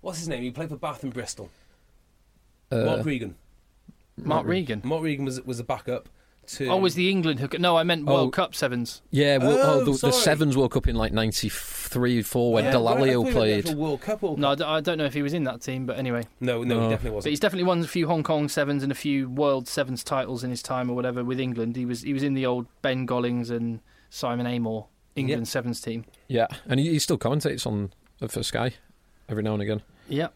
What's his name? He played for Bath and Bristol. uh, Uh, Mark Regan. Mark Regan. Mark Regan was was a backup to. Oh, was the England hooker? No, I meant World Oh. Cup sevens. Yeah, well, Oh, oh, the, the sorry. Sevens World Cup in like 93, 4 when Yeah, right, I thought Delalio he was played. actual World Cup. World No, I Cup. d- I don't know if he was in that team, but anyway. No, no, he definitely But wasn't. he's definitely won a few Hong Kong sevens and a few World Sevens titles in his time or whatever with England. He was he was in the old Ben Gollings and Simon Amor England sevens team. Yeah, and he, he still commentates on uh, for Sky every now and again. Yeah.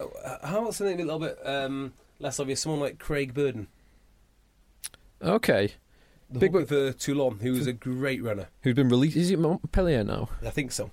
Uh, How about something a little bit um, less obvious? Someone like Craig Burden, Okay, the Big Big for Toulon, who was a great runner. who's been released? Is it Montpellier now? I think so.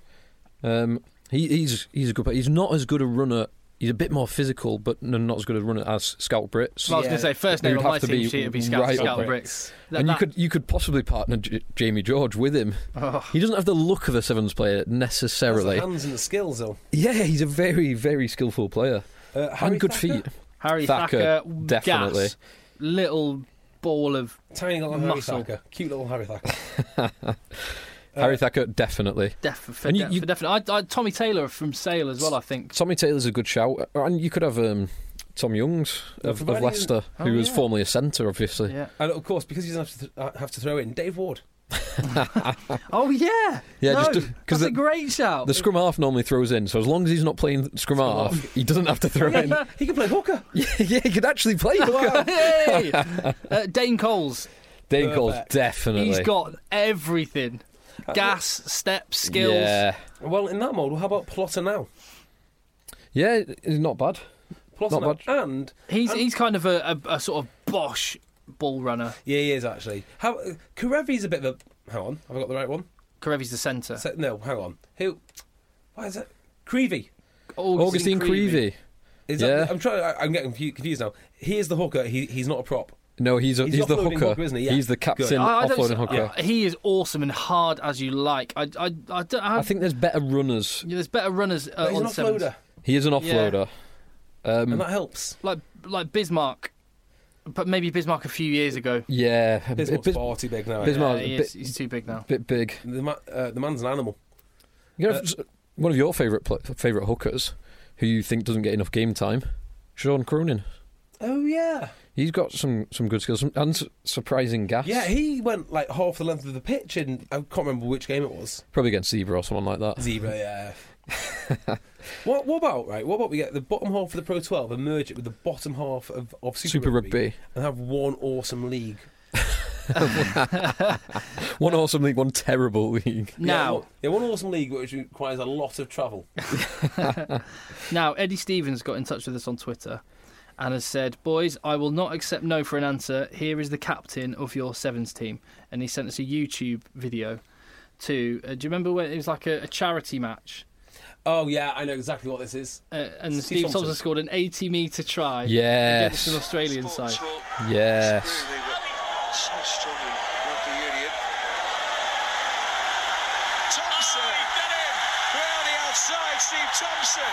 Um, he, he's he's a good. player. He's not as good a runner. He's a bit more physical, but n- not as good a runner as Scout Brits. Well, I was going to say first name You'd on have my to team be sheet would be Scout, right Scout uh, up Bricks. That- and you that- could you could possibly partner J- Jamie George with him. Oh. He doesn't have the look of a sevens player That's necessarily. the hands and the skills, though. Yeah, he's a very very skillful player Uh, Harry and good Thacker? feet. Harry Thacker, Thacker, definitely. gas, little ball of Tiny little Harry Muscle. Thacker. Cute little Harry Thacker. Uh, Harry Thacker definitely. def for, And de- you- you- for definite. I, I, Tommy Taylor from Sale as well, I think. Tommy Taylor's a good shout, and you could have um, Tom Youngs of, Well, of Leicester, oh, who was yeah. formerly a centre, obviously. Yeah. Uh, And of course, because you don't have to, th- uh, have to throw in, Dave Ward. Oh yeah. Yeah, No, just to- that's 'cause the- a great shout. The scrum half normally throws in, so as long as he's not playing scrum half, he doesn't have to throw in. He can play hooker. yeah, he could actually play. hooker. Hey! uh, Dane Coles. Dane Cole's Perfect. definitely. He's got everything. Gas, steps, skills. Uh, Yeah, Well, in that mould, how about Plotter now? yeah, it's not bad. Plotter Not now. much. And, He's Um, he's kind of a, a, a sort of bosh ball runner. yeah, he is actually. How uh, Karevi's a bit of a. Hang on, have I got the right one? Karevi's the centre. Se- no, hang on. Who? Why is it? Creevy. Augustine, Creevy. Is Yeah. that, I'm trying. I- I'm getting confu- confused now. He is the hooker. He, he's not a prop. No, he's a, He's he's, the offloading hooker. hooker, isn't he? Yeah. He's the captain Good. I- I don't offloading s- hooker. uh, he is awesome and hard as you like. I I, I don't I, I think there's better runners. yeah, there's better runners uh, But he's on an sevens. offloader, He is an Yeah. offloader. and Um, that helps. like like Bismarck, but maybe Bismarck a few years ago. yeah, a bit- Bismarck's bit- far too big now. Bismarck- Yeah, Bismarck's he a bit- is, he's too big now. bit big. The, ma- uh, the man's an animal. You Uh, know, s- one of your favourite pl- favourite hookers, who you think doesn't get enough game time, Sean Cronin. Oh yeah, He's got some, some good skills some, and s- surprising gas. yeah. He went like half the length of the pitch, and I can't remember which game it was. probably against Zebra or someone like that. Zebra. Yeah. what? What about right? What about we get the bottom half of the Pro 12 and merge it with the bottom half of, of Super, Super Rugby, Rugby, and have one awesome league? one awesome league, one terrible league. Now, yeah, one- yeah, one awesome league which requires a lot of travel. Now, Eddie Stevens got in touch with us on Twitter and has said, Boys, I will not accept no for an answer. Here is the captain of your Sevens team. And he sent us a YouTube video to, uh, do you remember when it was like a, a charity match? Oh yeah, I know exactly what this is. Uh, and Steve, Steve Thompson. Thompson. scored an 80 metre try against an Yes, Australian side. yes. So struggling with the union. Thompson. Round the outside, Steve Thompson.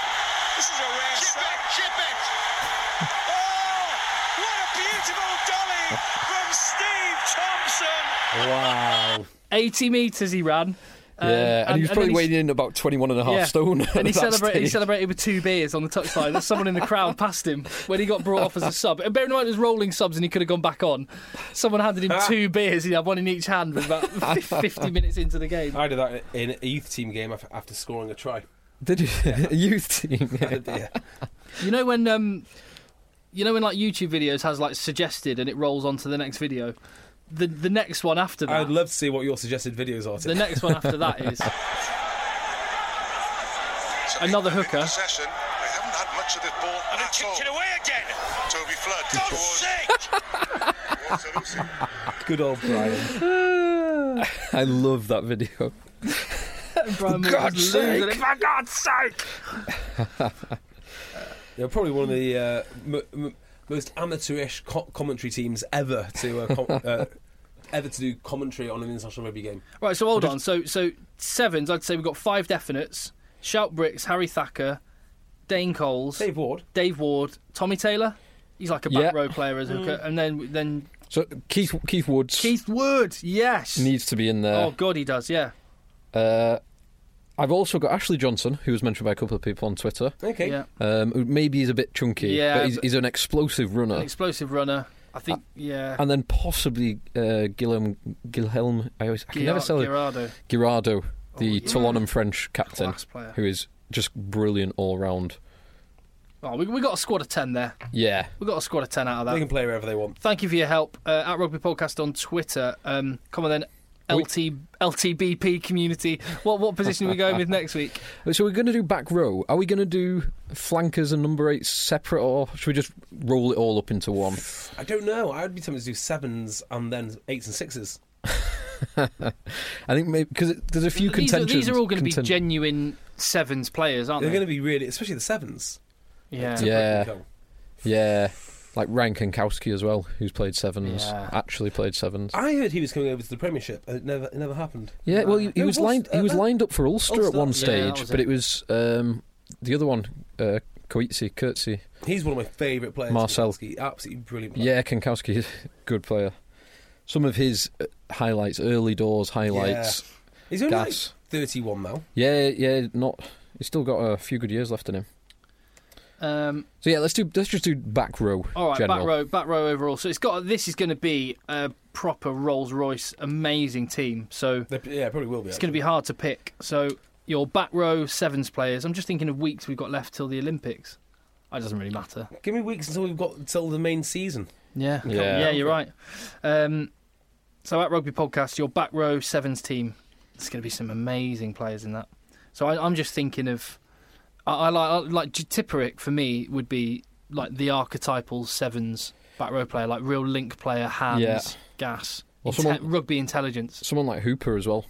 This is a rare Chip it, chip it. Oh, what a beautiful dolly from Steve Thompson. Wow. 80 metres he ran. Um, yeah, and, he was then probably weighing in about 21 and a half yeah. stone. And he at that celebrated, he stage. celebrated with two beers on the touchline. There's someone in the crowd passed him when he got brought off as a sub. And bearing in mind it was rolling subs and he could have gone back on. Someone handed him two beers. He had one in each hand with about 50 minutes into the game. I did that in a youth team game af- after scoring a try. Did you? Youth team. I did, yeah. You know when um, you know when like YouTube videos has like suggested and it rolls on to the next video. The the next one after that. I'd love to see what your suggested videos are. the Tim. next one after that is Another hooker. Possession. They haven't had much of this ball And they at all. kicked it away Toby again. Flood. God's towards- sake! towards Alusi. Good old Brian. I love that video. Brian Moore God's was losing sake. it. For God's sake! They're probably one of the uh, m- m- most amateurish co- commentary teams ever to uh, com- uh, ever to do commentary on an international rugby game. Right, so hold on. So so sevens, I'd say we've got five definites. Shout Bricks, Harry Thacker, Dane Coles, Dave, Dave Ward. Ward, Tommy Taylor. He's like a back Yeah. row player as a hooker. And then then So Keith Keith Woods Keith Wood, yes. needs to be in there. oh god he does, yeah. Uh, I've also got Ashley Johnson, who was mentioned by a couple of people on Twitter. Okay. Yeah. Um, who maybe he's a bit chunky, Yeah, but he's, but- he's an explosive runner. An explosive runner. I Uh, think yeah. and then possibly uh, Guillaume Guilhelm. I always I can never Gerard- sell it. Gerardo. Girardo, the Oh, yeah. Toulon and French captain, Class player. who is just brilliant all round. Oh, we, we got a squad of ten there. Yeah, We got a squad of ten out of that. They can play wherever they want. Thank you for your help uh, at Rugby Podcast on Twitter. Um, come on then, LT, LTBP community. What what position are we going with next week? So we're going to do back row. Are we going to do flankers and number eight separate, or should we just roll it all up into one? I don't know. I'd be tempted to do sevens and then eights and sixes. I think maybe because there's a These few are, contentions. these are all going to be conten- genuine sevens players, aren't They're they? going to be really, especially the sevens. yeah. Yeah. Go. Yeah, like Ryan Kankowski as well, who's played sevens. Yeah. Actually played sevens. I heard he was coming over to the Premiership, and it never, it never happened. Yeah, well, he, he No, was Ulster- lined. He uh, was uh, lined up for Ulster, at Ulster. one Yeah, that stage, was but it. it was um, the other one, uh, Coetzee, Curtsey. He's one of my favourite players. Marcel. Kulusevski. absolutely brilliant. Player. Yeah, Kankowski, is a good player. Some of his uh, highlights, early doors highlights. he's only like Gas. thirty-one now. Yeah, yeah, not. He's still got a few good years left in him. Um, So yeah, let's do. Let's just do back row. all right, general. back row, back row overall. So it's got this is going to be a proper Rolls Royce, amazing team. So They- Yeah, probably will be. It's going to be hard to pick. So your back row sevens players. I'm just thinking of weeks we've got left till the Olympics. That doesn't really matter. actually. Give me weeks until we've got until the main season. Yeah, Yeah. yeah, you're right. Um, so at Rugby Podcast, your back row sevens team. There's going to be some amazing players in that. So I, I'm just thinking of. I, I like I, like Tipperick for me would be like the archetypal sevens back row player, like real link player, hands, Yeah. gas, Well, inte- someone- rugby intelligence. Someone like Hooper as well.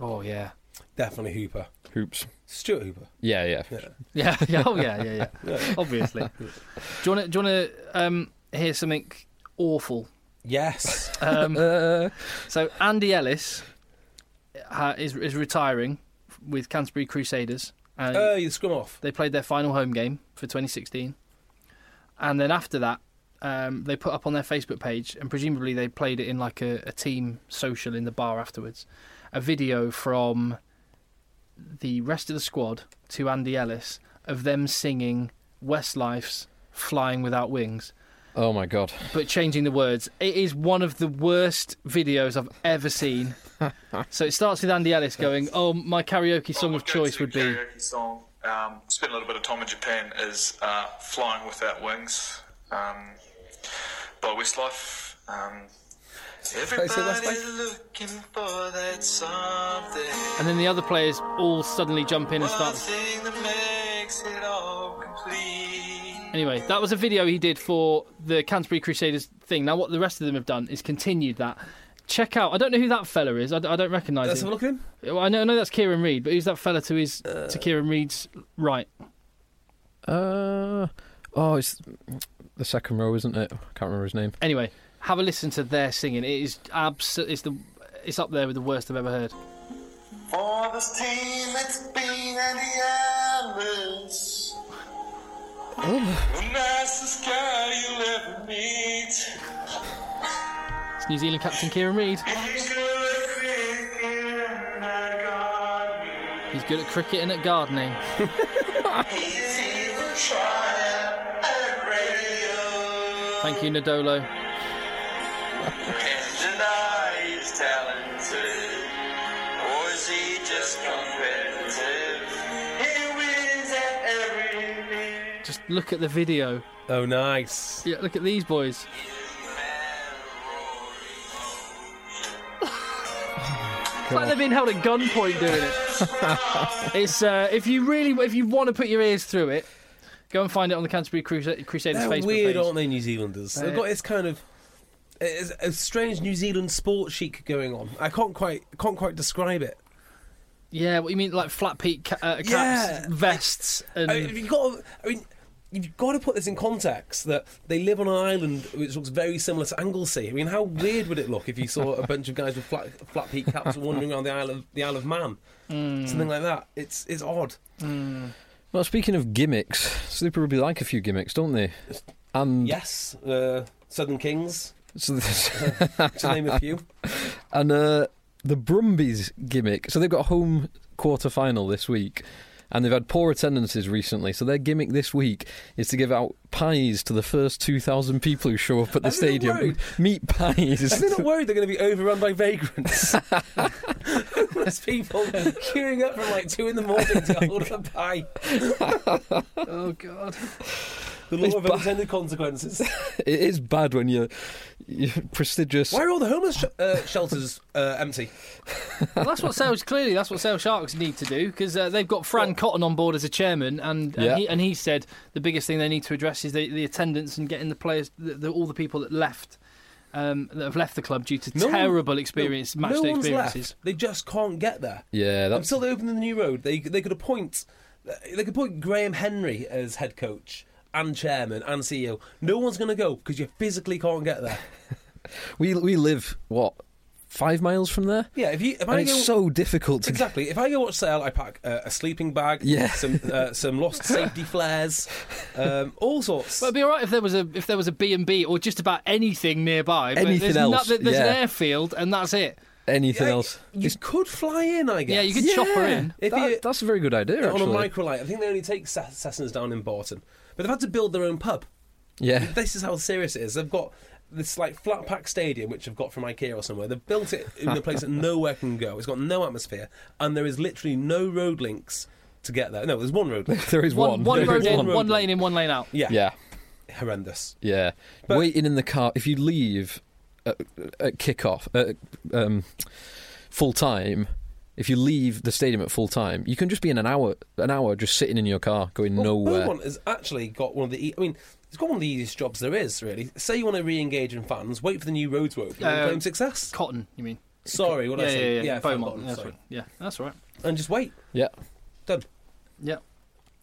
Oh yeah, Definitely Hooper, Hoops. Stuart Hooper. Yeah, yeah. Yeah, yeah, oh yeah, yeah, yeah. Obviously. Do you want to do you want to um, hear something awful? Yes, Um, Uh, so Andy Ellis ha- is is retiring with Canterbury Crusaders. And uh, you scrum off. they played their final home game for 2016, and then after that, um, they put up on their Facebook page, and presumably they played it in like a, a team social in the bar afterwards, a video from the rest of the squad to Andy Ellis of them singing Westlife's "Flying Without Wings," oh my god. but changing the words. It is one of the worst videos I've ever seen. so it starts with Andy Ellis going, "Oh, my karaoke song Well, of my go-to choice would be." Oh, karaoke song. Um, spent a little bit of time in Japan is uh, "Flying Without Wings" um, by Westlife. Um, Everybody's looking for that something, And then the other players all suddenly jump in and start. one thing that makes it all complete. Anyway, that was a video he did for the Canterbury Crusaders thing. Now, what the rest of them have done is continued that. Check out. I don't know who that fella is. I, d- I don't recognise Let's have him. a look at Uh. him. Well, I know, I know that's Kieran Reid, but who's that fella to his to Kieran Reid's right? Uh, oh, it's the second row, isn't it? I can't remember his name. Anyway, have a listen to their singing. It is abs. It's the. It's up there with the worst I've ever heard. For this team, it's been Andy Ellis. Oh. The nicest guy you'll ever meet. It's New Zealand captain Kieran Reid. He's good at cricket and at gardening. He's good at cricket and at gardening. He's even trying at radio. Thank you, Nadolo. And deny he's talented. Or is he just competitive? He wins at everything. Just look at the video. Oh, nice. Yeah, look at these boys. It's like they're being held at gunpoint doing it. it's uh, if you really if you want to put your ears through it, go and find it on the Canterbury Crus- Crusaders They're Facebook weird, page. aren't they, New Zealanders? They've got this kind of it's a strange New Zealand sport chic going on. I can't quite can't quite describe it. Yeah, what you mean like flat peak ca- uh, caps, Yeah. vests, and I mean, you've got. To, I mean, you've got to put this in context that they live on an island which looks very similar to Anglesey. I mean, how weird would it look if you saw a bunch of guys with flat, flat peak caps wandering around the Isle of the Isle of Man, something like that? It's it's odd. Well, speaking of gimmicks, Super Rugby like a few gimmicks, don't they? And Yes, uh, Southern Kings so this- to name a few. and uh, the Brumbies gimmick. So they've got a home quarter final this week, and they've had poor attendances recently. So their gimmick this week is to give out pies to the first two thousand people who show up at the Have you not stadium. worried? Meat pies. Are they not worried they're going to be overrun by vagrants? Homeless people queuing up from like two in the morning to hold a pie. oh god, The law It's of ba- unintended consequences. It is bad when you're, you're prestigious. Why are all the homeless sh- uh, shelters uh, empty? Well, that's what sales clearly. That's what sales sharks need to do because uh, they've got Fran Cotton on board as a chairman, and and, Yeah. he, and he said the biggest thing they need to address is the, the attendance and getting the players, the, the, all the people that left, um, that have left the club due to No one- terrible experience, no, match no day one's experiences. Left. They just can't get there. Yeah, that's Until they open the new road, they they could appoint they could appoint Graham Henry as head coach and chairman and CEO. No one's going to go because you physically can't get there. we we live what five miles from there, Yeah, if you if and I it's go, so difficult to get. Exactly. If I go watch Sale, I pack uh, a sleeping bag, Yeah. some uh, some lost safety flares, um, all sorts. But it'd be all right if there was a if there was a B and B or just about anything nearby. but Anything there's else, no- there's an yeah. airfield, and that's it. anything Yeah, else. You could fly in, I guess. Yeah, you could chop her in. If That- you- that's a very good idea, on actually. a microlight. I think they only take Sa- Cessnas down in Barton, but they've had to build their own pub. yeah, This is how serious it is. They've got this like flat pack stadium, which they've got from IKEA or somewhere. They've built it in a place that nowhere can go. It's got no atmosphere, and there is literally no road links to get there. No, there's one road link. there is One, one. one There road is in, one road one lane. lane in, one lane out. Yeah, Yeah, horrendous. yeah. But- Waiting in the car. If you leave at, at kickoff at um, full time, if you leave the stadium at full time, you can just be in an hour, an hour just sitting in your car going Well, nowhere. Beaumont has actually got one of the. E- I mean, it's got one of the easiest jobs there is. Really, say you want to re-engage in fans, wait for the new roads to open Uh, and claim success. Cotton, you mean? Sorry, what yeah, did I yeah, say? yeah, yeah, fan Beaumont, bottom, that's sorry. right. Yeah, that's right. and just wait. Yeah, Done. Yeah.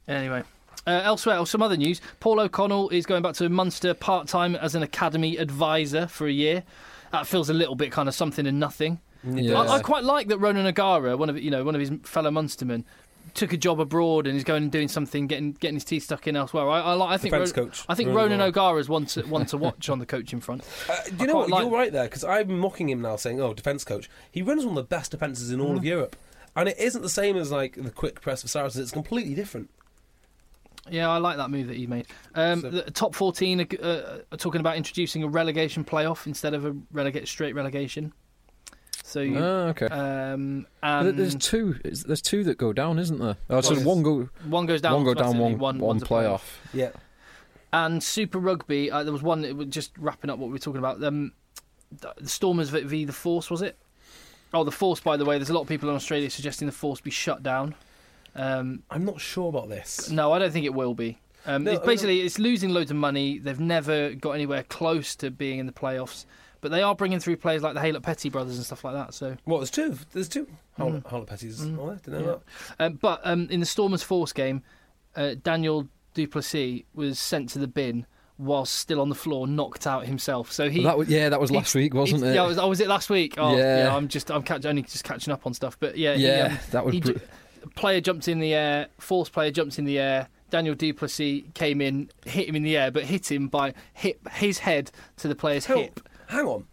Anyway, uh, elsewhere, some other news. Paul O'Connell is going back to Munster part time as an academy advisor for a year. That feels a little bit kind of something and nothing. yeah. I, I quite like that Ronan Agara, one of you know one of his fellow Munstermen, took a job abroad and is going and doing something, getting getting his teeth stuck in elsewhere. I, I, like- I think Defence Ro- coach, I think Ronan Ronan O'Gara is one to one to watch on the coaching front. Uh, do you I know quite what? like- You're right there because I'm mocking him now, saying, "Oh, defense coach." He runs one of the best defenses in all Mm. of Europe, and it isn't the same as like the quick press of Saracens. It's completely different. Yeah, I like that move that he made. Um, So- the top 14 are, g- uh, are talking about introducing a relegation playoff instead of a relegate straight relegation. So you, Ah, okay. um, But and there's two. is- There's two that go down, isn't there? Oh, so Yes. one go, one goes down, one go down, automatically, one one, one's a playoff. Yeah, And Super Rugby, uh, there was one. It was just wrapping up what we were talking about. Um, th- the Stormers v-, v the Force was it? Oh, the Force. By the way, there's a lot of people in Australia suggesting the Force be shut down. Um, I'm not sure about this. No, I don't think it will be. Um, No, it's I- basically, it's losing loads of money. They've never got anywhere close to being in the playoffs, but they are bringing through players like the Halep Petty brothers and stuff like that. So, Well, there's two. There's two. Harlot mm. Petties. Oh, I didn't know that. um, but um, in the Stormers Force game, uh, Daniel Duplessis was sent to the bin whilst still on the floor, knocked out himself. So he. That was, yeah, that was he- last week, wasn't he- it? Yeah, was, oh, was it last week? Oh, yeah. Yeah. I'm just, I'm catch, only just catching up on stuff. But yeah, he, Yeah, um, that was he bru- ju- player jumped in the air, force player jumps in the air. Daniel Duplessis came in, hit him in the air, but hit him by hip his head to the player's Hang on. hip. Hang on.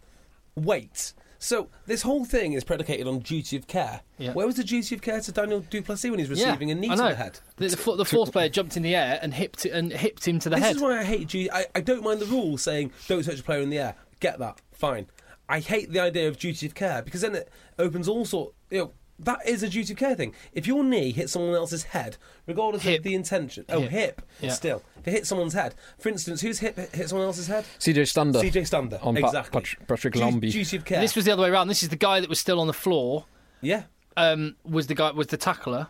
Wait. So this whole thing is predicated on duty of care. Yeah. Where was the duty of care to Daniel Duplessis when he's receiving a knee I to know. the head? The, the, fo- the force player jumped in the air and hipped and hipped him to the this head. is why I hate duty. I, I don't mind the rule saying don't touch a player in the air. Get that, fine. I hate the idea of duty of care because then it opens all sort. You know, that is a duty of care thing. If your knee hits someone else's head, regardless Hip. of the intention, oh Hip. hip, Yeah. still. If it hits someone's head, for instance, whose hip hit someone else's head? CJ Stander. CJ Stander. On Pat- exactly. Patr- Patrick Du- Lambie. Duty of care. This was the other way around. This is the guy that was still on the floor. yeah. Um, was the guy was the tackler?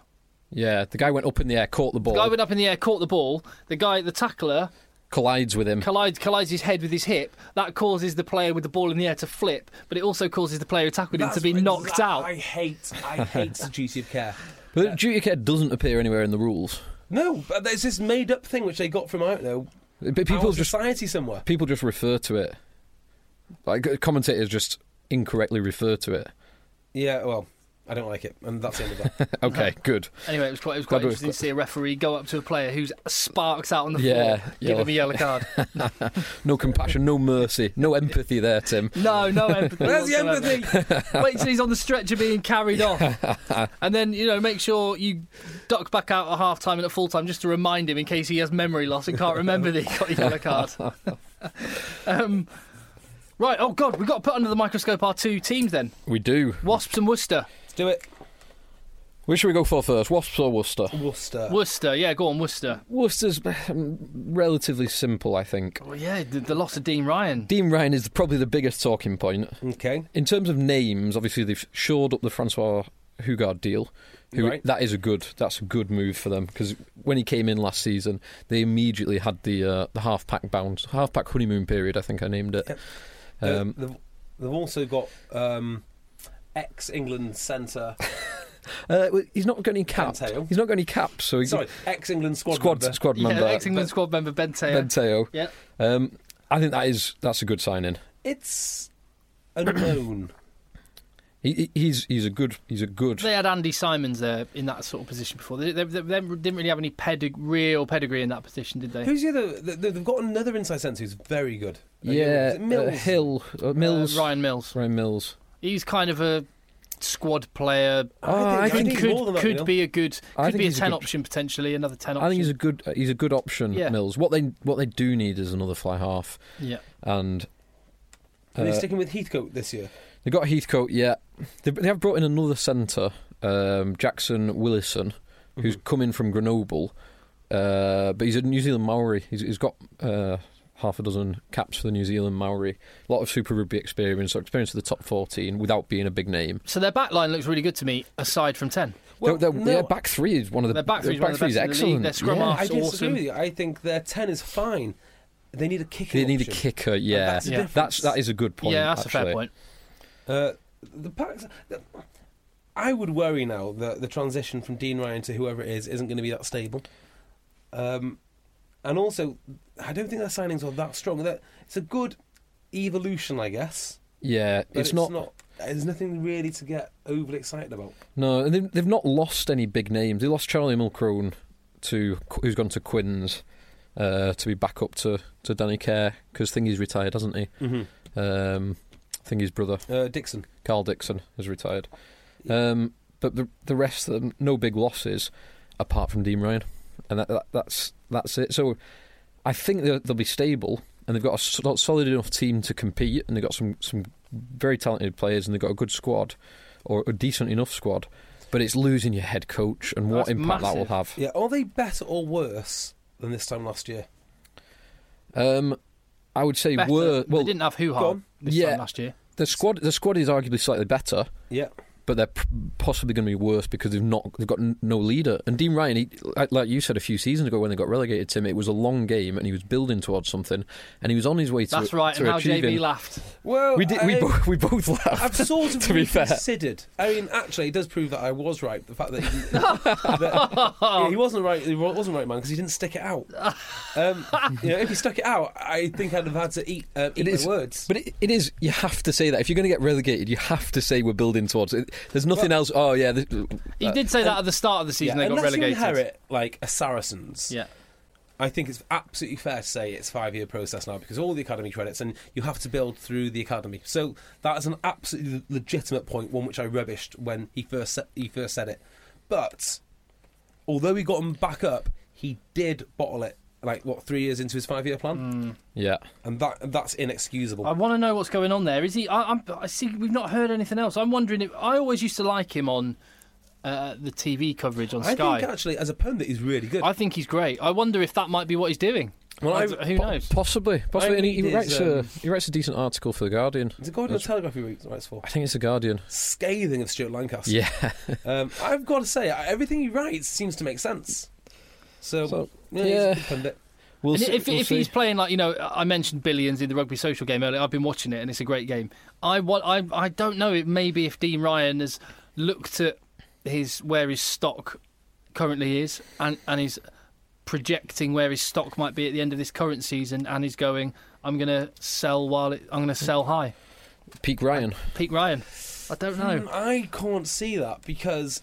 Yeah, the guy went up in the air, caught the ball, Guy went up in the air, caught the ball. The guy, the tackler, collides with him. collides collides his head with his hip. That causes the player with the ball in the air to flip, but it also causes the player who tackled him to That's be what- knocked that- out. I hate. I hate the duty of care. but duty of care doesn't appear anywhere in the rules. No, but there's this made-up thing which they got from I don't know. But People people just society somewhere. people just refer to it. Like commentators just incorrectly refer to it. Yeah, well, I don't like it, and that's the end of that. Okay, good. Anyway, it was quite, it was quite Glad we- interesting to see a referee go up to a player who's sparked out on the Yeah, floor, give yellow. him a yellow card. No compassion, no mercy, no empathy there, Tim. no, no empathy. Where's the whatsoever. empathy? Wait till he's on the stretcher being carried off, and then you know make sure you duck back out at half time and at full time just to remind him in case he has memory loss and can't remember that he got a yellow card. um, right. Oh God, we've got to put under the microscope our two teams then: We do. Wasps and Worcester. Do it. Which should we go for first, Wasps or Worcester? Worcester. Worcester, yeah, go on, Worcester. Worcester's um, relatively simple, I think. Well, yeah, the, the loss of Dean Ryan. Dean Ryan is probably the biggest talking point. Okay. In terms of names, obviously they've shored up the Francois Hugard deal. Who Right. that is a good that's a good move for them because when he came in last season, they immediately had the uh, the half pack bound half pack honeymoon period. I think I named it. They- Um, they've, they've also got um, ex England centre. uh, well, he's not got any caps. Benteo. He's not got any caps. So he's Sorry, ex England squad. squad member. squad member yeah, ex England squad member Benteo. Benteo. Yeah. Um, I think that is that's a good signing. It's unknown. He, he- he's he's a good he's a good. They had Andy Simons there in that sort of position before. They, they, they didn't really have any pedig- real pedigree in that position, did they? Who's the other? th- th- They've got another inside centre who's very good. Uh, yeah, is it uh, Mills. Hill uh, Uh, Mills Ryan Mills. Ryan Mills. He's kind of a squad player. Oh, I I think think more could than that, could Neil. be a good I could think be a he's a ten good- option potentially another ten option. I think he's a good uh, he's a good option. Yeah. Mills. What they what they do need is another fly half, yeah. and Are they uh, sticking with Heathcote this year? they got Heathcote. Yeah, they, they have brought in another centre, um, Jackson Willison, who's Mm-hmm. coming from Grenoble, uh, but he's a New Zealand Maori. He's, he's got uh, half a dozen caps for the New Zealand Maori. A lot of Super Rugby experience, or experience of the top fourteen without being a big name. So their back line looks really good to me, aside from ten. Well, Their- their- no, their back three is one of the Their back three is one of the three is best in the league. excellent. Their scrum yeah. half- I That's disagree awesome. with you. I think their ten is fine. They need a kicker. They need a option. kicker. Yeah, that's the Yeah. difference. that's that is a good point. yeah, that's a fair actually. point. Uh, the packs. I would worry now that the transition from Dean Ryan to whoever it is isn't going to be that stable. Um, and also, I don't think their signings are that strong. That it's a good evolution, I guess. Yeah, But it's not There's nothing really to get overly excited about. No, and they've, they've not lost any big names. They lost Charlie Mulcrone to Qu- who's gone to Quinns uh, to be back up to, to Danny Kerr because Thingy's retired, hasn't he? Mm-hmm. Um, Thingy's brother Uh, Dixon. Carl Dixon is retired. Um, but the the rest of them, no big losses apart from Dean Ryan, and that, that, that's that's it. So I think they'll, they'll be stable, and they've got a sol- solid enough team to compete, and they've got some some very talented players, and they've got a good squad or a decent enough squad. But it's losing your head coach, and what That's impact that will have. Yeah. Are they better or worse than this time last year? Um, I would say Better. were well they didn't have Go Huha on. this Yeah. time last year. the squad. The squad is arguably slightly better. Yeah. but they're p- possibly going to be worse because they've not they've got n- no leader. And Dean Ryan, he, like, like you said a few seasons ago when they got relegated, Tim, it was a long game and he was building towards something, and he was on his way to. That's right. to And how achieving. JB laughed. Well, We did. We, I- bo- we both laughed. I've sort of to be fair. reconsidered. I mean, actually, it does prove that I was right. The fact that he, that- yeah, he wasn't right, he wa- wasn't right, man, because he didn't stick it out. Um, you know, if he stuck it out, I think I'd have had to eat uh, It eat my is- words. But it, it is. You have to say that if you're going to get relegated, you have to say we're building towards it. There's nothing else. Oh yeah, this, He did say that at the start of the Yeah, season they got unless relegated. you inherit like a Saracens, Yeah. I think it's absolutely fair to say it's five year process now because all the academy credits and you have to build through the academy. So that is an absolutely legitimate point, one which I rubbished when he first sa- he first said it. But although he got him back up, he did bottle it like what three years into his five year plan, yeah. and that that's inexcusable. I want to know what's going on there. Is he? I, I'm, I see we've not heard anything else. I'm wondering if I always used to like him on uh, the TV coverage on I Sky. think actually as a pundit he's really good. I think he's great. I wonder if that might be what he's doing. I- who po- knows? Possibly, possibly. And he, need he is, writes a um, he writes a decent article for the Guardian. Is it Guardian or Telegraph he writes for? I think it's the Guardian. Scathing of Stuart Lancaster. Yeah. Um, I've got to say, I- everything he writes seems to make sense. So, So, yeah, he's a yeah. good pundit. We'll And see- if we'll if see. he's playing like you know, I mentioned billions in the rugby social game earlier. I've been watching it and it's a great game. I want. I I don't know. It maybe if Dean Ryan has looked at his where his stock currently is and and is projecting where his stock might be at the end of this current season and he's going. I'm gonna sell while it, I'm gonna sell high. Peak Ryan, Pete Ryan. I don't know. Mm, I can't see that because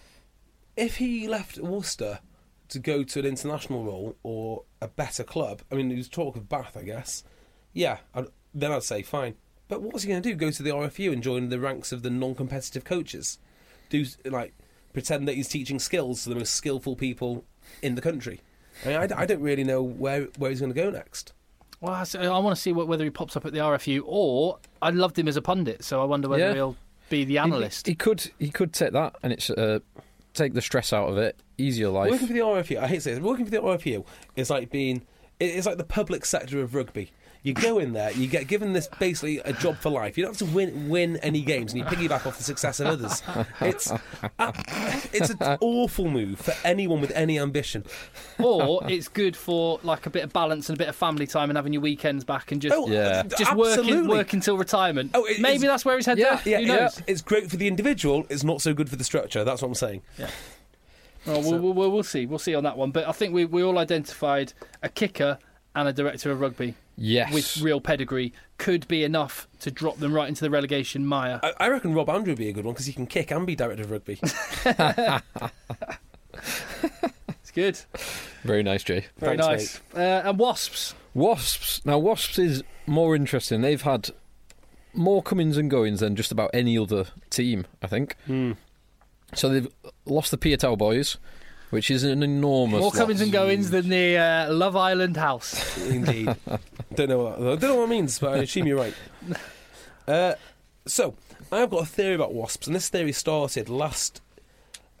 if he left Worcester to go to an international role or a better club, I mean, there's talk of Bath, I guess. Yeah, I'd, then I'd say fine. But what's he going to do? Go to the RFU and join the ranks of the non-competitive coaches? Do like pretend that he's teaching skills to the most skillful people in the country? I mean, I, I don't really know where where he's going to go next. Well, I, see- I want to see what, whether he pops up at the RFU or I loved him as a pundit, so I wonder whether Yeah. he'll be the He- analyst. He, could he could take that, and it's uh, take the stress out of it, easier life. Working for the RFU, I hate to say this, working for the RFU is like being, it- it's like the public sector of rugby. You go in there, you get given this basically a job for life. You don't have to win win any games, and you piggyback off the success of others. It's uh, it's an awful move for anyone with any ambition. or it's good for like a bit of balance and a bit of family time and having your weekends back and just Oh, Yeah. just working absolutely. working till retirement. Oh, it- Maybe it's- that's where his head's Yeah, at. Yeah, Who yeah. knows? it's great for the individual. It's not so good for the structure. That's what I'm saying. Well, we'll, we'll, we'll, we'll see. We'll see on that one. But I think we, we all identified a kicker and a director of rugby yes. with real pedigree could be enough to drop them right into the relegation mire. I, I reckon Rob Andrew would be a good one because he can kick and be director of rugby. It's good. Very nice, Jay. Very Thanks, nice. Uh, and Wasps. Wasps. Now, Wasps is more interesting. They've had more comings and goings than just about any other team, I think. Hmm. So they've lost the Piatow boys, which is an enormous. More loss. comings and goings than the uh, Love Island house. Indeed. don't know what that, don't know what it means, but I assume you're right. Uh, so I've got a theory about wasps, and this theory started last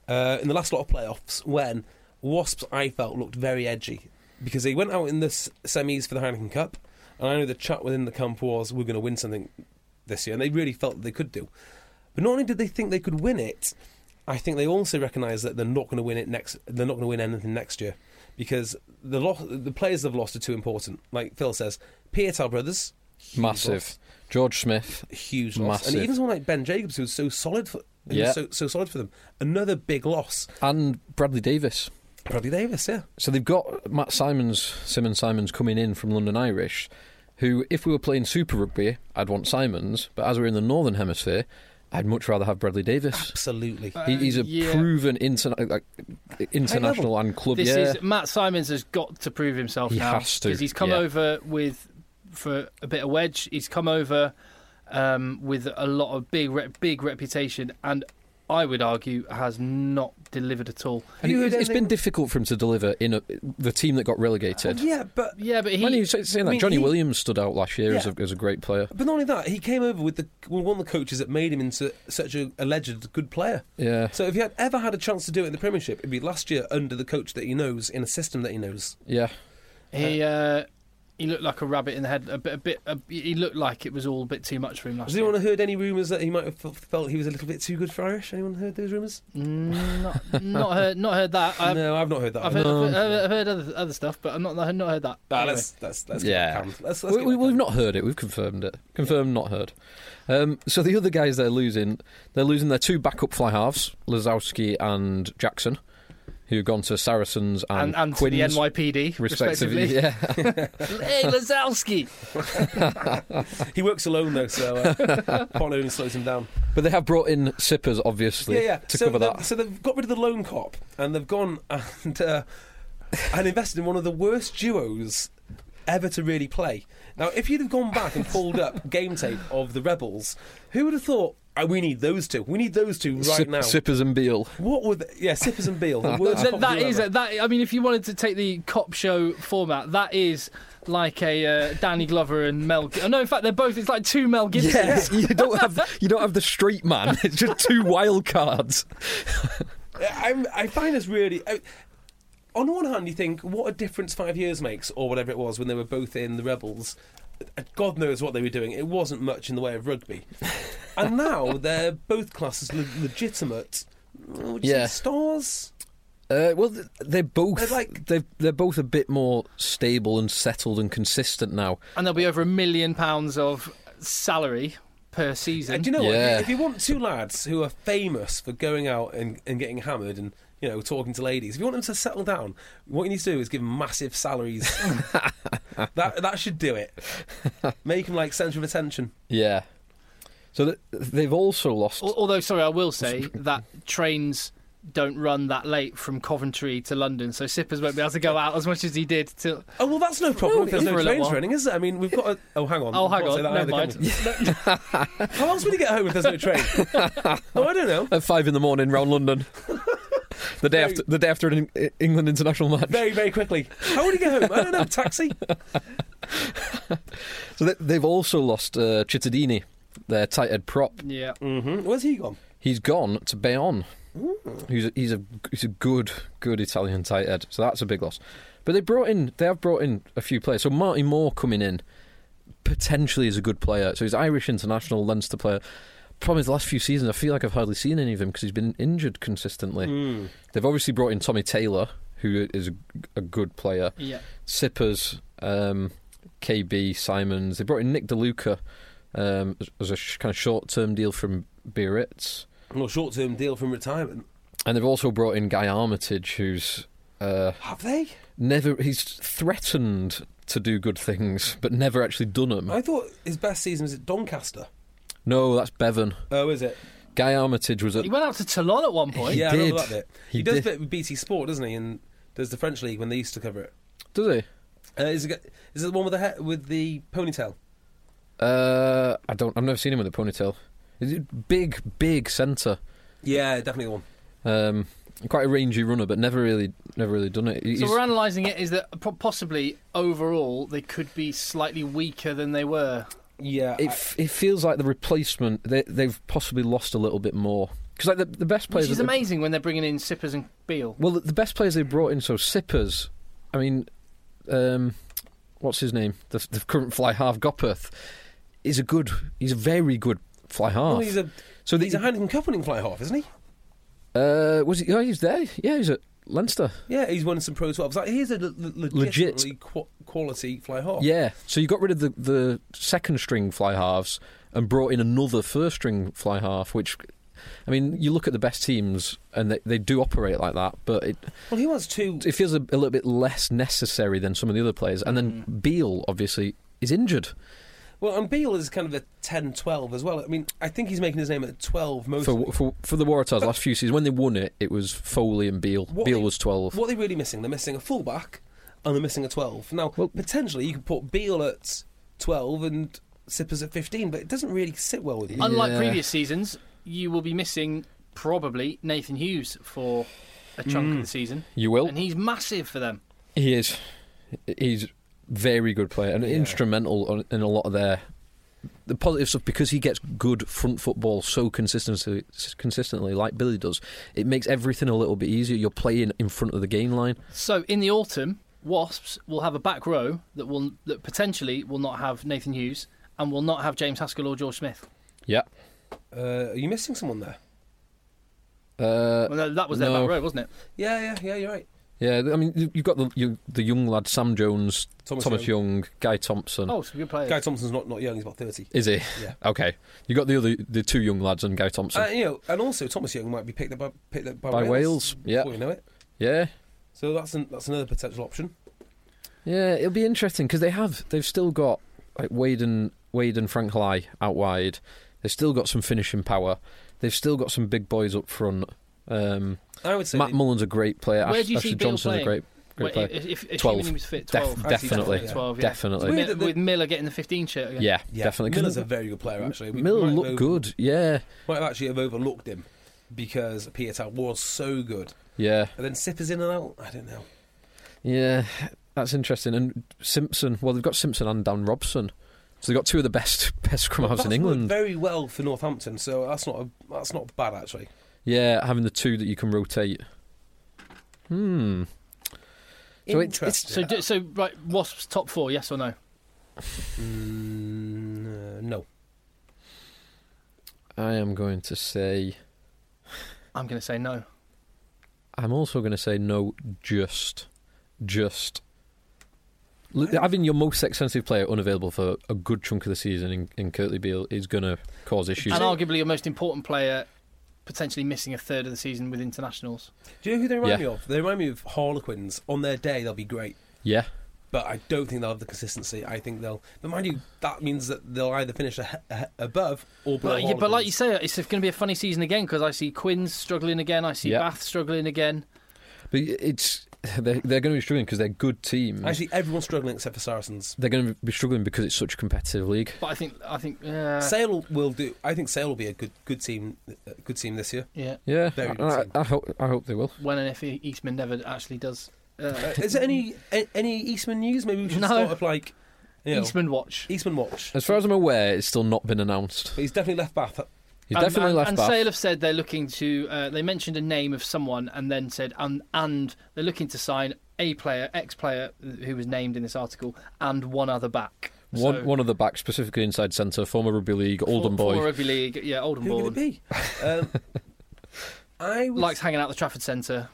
uh, in the last lot of playoffs when wasps I felt looked very edgy because they went out in the s- semis for the Heineken Cup, and I know the chat within the camp was we're going to win something this year, and they really felt that they could do. But not only did they think they could win it, I think they also recognise that they're not going to win it next. They're not going to win anything next year because the lo- the players they've lost are too important. Like Phil says, Pietel brothers, huge Massive. George Smith. loss, huge loss, Massive. and even someone like Ben Jacobs who was so solid for who was Yeah. so, so solid for them. Another big loss, And Bradley Davis. Bradley Davis. Yeah, So they've got Matt Simons, Simon Simons coming in from London Irish, who, if we were playing Super Rugby, I'd want Simons, but as we're in the Northern Hemisphere, I'd much rather have Bradley Davis. absolutely. He, he's a yeah. proven interna- like, international and club. This yeah, is Matt Simons has got to prove himself He now has to, because he's come yeah. over with for a bit of wedge. He's come over um, with a lot of big re- big reputation, and I would argue has not delivered at all. And You it, don't has been think- difficult for him to deliver in a, the team that got relegated. Oh, Yeah, but Yeah, but he when you say- saying I that, mean, Johnny he- Williams stood out last year as, Yeah. a, as a great player. but not only that, he came over with the with one of the coaches that made him into such a alleged good player. Yeah, So if he had ever had a chance to do it in the Premiership, it'd be last year under the coach that he knows in a system that he knows. yeah. he uh, he looked like a rabbit in the head. A bit, a bit. A, he looked like it was all a bit too much for him last Has year. anyone heard any rumours that he might have f- felt he was a little bit too good for Irish? Anyone heard those rumours? Mm, not, not heard. Not heard that. I've, No, I've not heard that. I've, heard, I've, heard, I've heard other, other stuff, but I'm not. I've not heard that. Ah, Anyway. let's, let's, let's Yeah. yeah. Let's, let's we, get we, that we've down. not heard it. We've confirmed it. Confirmed, not heard. Um, so the other guys they're losing, they're losing their two backup fly halves, Lazowski and Jackson, who've gone to Saracens and, and, and to Quinns, the NYPD, respectively. respectively. Yeah. hey, Lazowski. He works alone though, so uh, Pon only slows him down. but they have brought in Sippers, obviously, Yeah, yeah. to so cover they've- that. So they've got rid of the lone cop and they've gone and uh, and invested in one of the worst duos ever to really play. Now, if you'd have gone back and pulled up game tape of the Rebels, who would have thought? "Oh, we need those two. We need those two right Sip- now. Sippers and Beal. What were the, yeah, Sippers and Beal? The worst That- cop that duo is ever. that. I mean, if you wanted to take the cop show format, that is like a uh, Danny Glover and Mel. Gi- oh, no, in fact, they're both. It's like two Mel Gibsons. you don't have you don't have the straight man. It's just two wild cards. I'm, I find this really. I, on one hand, you think what a difference five years makes, or whatever it was when they were both in the Rebels. Uh, God knows what they were doing. It wasn't much in the way of ruggby, and now they're both classes le- legitimate. oh, would you say Yeah. stars. Uh, well, th- they're both They're they're, like- they're, both a bit more stable and settled and consistent now. And there'll be over a million pounds of salary per And season. Uh, do you know what? Yeah. If you want two lads who are famous for going out and, and getting hammered and you know talking to ladies, if you want them to settle down, what you need to do is give them massive salaries. that that should do it. Make them like centre of attention. Yeah. So th- they've also lost. Al- Although, sorry, I will say that trains don't run that late from Coventry to London, so Sippers won't be able to go out as much as he did. Till Oh well, that's no problem. if there's for a no little trains while. running, is it? I mean, we've got. A, oh, hang on. oh, We hang can't say on, that never either, can mind. we? How else would he get home if there's no train? oh, I don't know. at five in the morning round London. the day Very- after the day after an Eng- England international match. Very, very quickly. How would he get home? I don't know. Taxi. So they, they've also lost uh, Cittadini, their tight head prop. yeah. hmm Where's he gone? He's gone to Bayonne. He's a, he's a he's a good good Italian tight head. So that's a big loss. But they brought in they have brought in a few players. So Marty Moore coming in potentially is a good player. So he's Irish international Leinster player. Problem is, the last few seasons, I feel like I've hardly seen any of him because he's been injured consistently. Hmm. They've obviously brought in Tommy Taylor, who is a, a good player. Yeah. Sippers, um, KB, Simons. They brought in Nick DeLuca um, as- as a sh- kind of short term deal from Biarritz. Well, short term deal from retirement. And they've also brought in Guy Armitage, who's uh, Have they? never. He's threatened to do good things, but never actually done them. I thought his best season was at Doncaster. No, that's Bevan. Oh, is it? Guy Armitage was at. He went out to Toulon at one point. yeah, I remember did. that bit. He, He does did. a bit with BT Sport, doesn't he? And does the French league when they used to cover it. Does he? Uh, is, it g- is it the one with the he- with the ponytail? Uh, I don't. I've never seen him with a ponytail. He's a Big, big centre. Yeah, definitely the one. Um, quite a rangy runner, but never really, never really done it. He's- So we're analysing it is that po- possibly overall they could be slightly weaker than they were. Yeah, it, f- it feels like the replacement. They, they've possibly lost a little bit more because like the, the best players. Which is that they- amazing when they're bringing in Sippers and Beal. Well, the- the best players they brought in, so Sippers, I mean, um, what's his name? The, the current fly half, Gopperth, is a good, he's a very good fly half. Well, he's a so the, he's a Heineken Cup winning fly half, isn't he? uh, was he? Oh, he's there. Yeah, he's at Leinster. Yeah, he's won some Pro 12s. Like, he's a le- le- legitimately qu- quality fly half. Yeah. So you got rid of the, the second string fly halves and brought in another first string fly half, which, I mean, you look at the best teams and they, they do operate like that, but it, Well, he wants two. it feels a, a little bit less necessary than some of the other players. And then Mm-hmm. Beal, obviously, is injured. Well, and Beale is kind of a 10 12 as well. I mean, I think he's making his name at 12 mostly. for for for the Waratahs last few seasons when they won it, it was Foley and Beal. What Beal they- was twelve. What are they really missing? They're missing a fullback and they're missing a 12. Now, potentially, you could put Beale at 12 and Sippers at 15, but it doesn't really sit well with me. Unlike Yeah. previous seasons, you will be missing probably Nathan Hughes for a chunk Mm. of the season. You will. And he's massive for them. He is. He's very good player and instrumental on- in a lot of their the positive stuff because he gets good front football so consistently, consistently like Billy does. It makes everything a little bit easier. You're playing in front of the game line. So in the autumn, Wasps will have a back row that will that potentially will not have Nathan Hughes and will not have James Haskell or George Smith. Yeah. Uh, are you missing someone there? Uh, Well, no, that was their No. back row, wasn't it? Yeah, yeah, yeah, you're right. Uh, yeah, I mean, you- you've got the you, the young lad Sam Jones, Thomas Thomas, Young. Guy Thompson. Oh, some good players. Guy Thompson's not, not young, he's about 30. Is he? Yeah. Okay. You got the other the two young lads and Guy Thompson. Uh, you know, and also, Thomas Young might be picked up by, picked up by, By Wales, yeah. Before you know it. yeah. So that's, an, that's another potential option. Yeah, it'll be interesting because they have they've still got like Wade and Wade and Frank Lai out wide. They've still got some finishing power. They've still got some big boys up front. Um, I would say Matt they- Mullen's a great player. Where Ash- do you see Ashley Bill Johnson's playing? a great, great Well, player. if, if, if 12. he was fit, Def- 12. definitely, yeah. 12, yeah. definitely, It's weird Mi- that the- with Miller getting the 15 shirt again. yeah, Yeah, definitely. 'Cause Miller's a very good player, actually. We Miller might have looked over- good. Yeah, Might have actually have overlooked him because Pieter was so good. yeah, And then Sippers in and out. I don't know. yeah. That's interesting. And Simpson. Well, they've got Simpson and Dan Robson, so they've got two of the best best scrum halves That's in worked England. very well for Northampton, so that's not a, that's not bad actually. Yeah, having the two that you can rotate. Hmm. So it's- it's- Interesting. So, do, so right, Wasps top four, yes or no? Mm, uh, no. I am going to say. I'm going to say no. I'm also going to say no. Just, just L- having your most expensive player unavailable for a good chunk of the season in, in Curtly Beale is going to cause issues. And arguably your most important player potentially missing a third of the season with internationals. Do you know who they remind Yeah. me of? They remind me of Harlequins. On their day, they'll be great, yeah, but I don't think they'll have the consistency. I think they'll. But mind you, that means that they'll either finish a, a, above or below. But, yeah, but like you Harlequins. say, it's going to be a funny season again because I see Quinns struggling again. I see Yeah. Bath struggling again. but it's they're, they're going to be struggling because they're good teams. actually, everyone's struggling except for Saracens. they're going to be struggling because it's such a competitive league. But I think I think uh, Sale will do. I think Sale will be a good good team, a good team this year. yeah. Yeah, Very and good I, team. I hope I hope they will. When and if E- Eastman never actually does uh, Uh, is there any a- any Eastman news? Maybe we should No. start up like you know, Eastman. Eastman watch. Watch. As far as I'm aware, it's still not been announced. But he's definitely left Bath. He's And- definitely Um, and, left and back. Sale have said they're looking to. Uh, they mentioned a name of someone and then said and and they're looking to sign a player, ex player who was named in this article, and one other back. One So- one of the back, specifically inside centre, former rugby league, Oldham For- for boy. rugby league, yeah, Oldham Who boy. would it be? Um, I would Likes hanging out at the Trafford Centre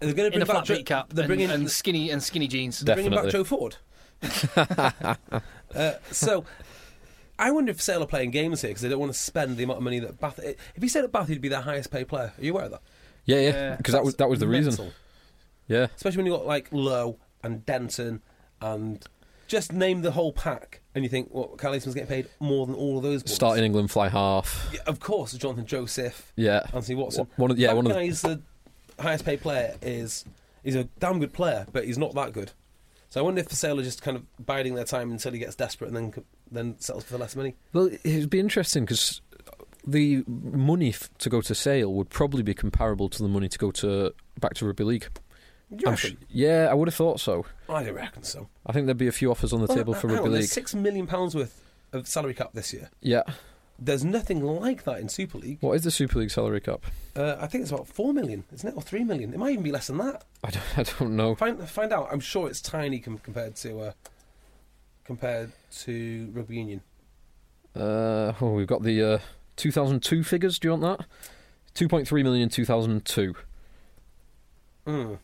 they're going to in bring a back flat Joe, peak cap They're and, bringing and skinny and skinny jeans. they're bringing back Definitely. Joe Ford. uh, so. I wonder if Sale are playing games here because they don't want to spend the amount of money that Bath. If he stayed at Bath, he'd be their highest paid player. Are you aware of that? Yeah, yeah, Yeah. because that was that was the reason. Mental. Yeah, especially when you got like Lowe and Denton and just name the whole pack, and you think, well, Carl Eastman's getting paid more than all of those. Boys. start in England, fly half. Yeah, of course, Jonathan Joseph, Yeah, Anthony Watson. One of, yeah, that one of the, guy's the highest paid player. Is he's a damn good player, but he's not that good. So I wonder if Sale are just kind of biding their time until he gets desperate and then c- then settles for less money. Well, it'd be interesting because the money f- to go to sale would probably be comparable to the money to go to back to rugby league. Do you I'm reckon? su- yeah, I would have thought so. I don't reckon so. I think there'd be a few offers on the table Well, for hang rugby on, league. there's six million pounds worth of salary cap this year. Yeah. There's nothing like that in Super League. What is the Super League salary cap? Uh, I think it's about four million, isn't it, or three million? It might even be less than that. I don't. I don't know. Find find out. I'm sure it's tiny com- compared to uh, compared to rugby union. Uh, oh, we've got the uh, 2002 figures. Do you want that? 2.3 million in 2002. Mm.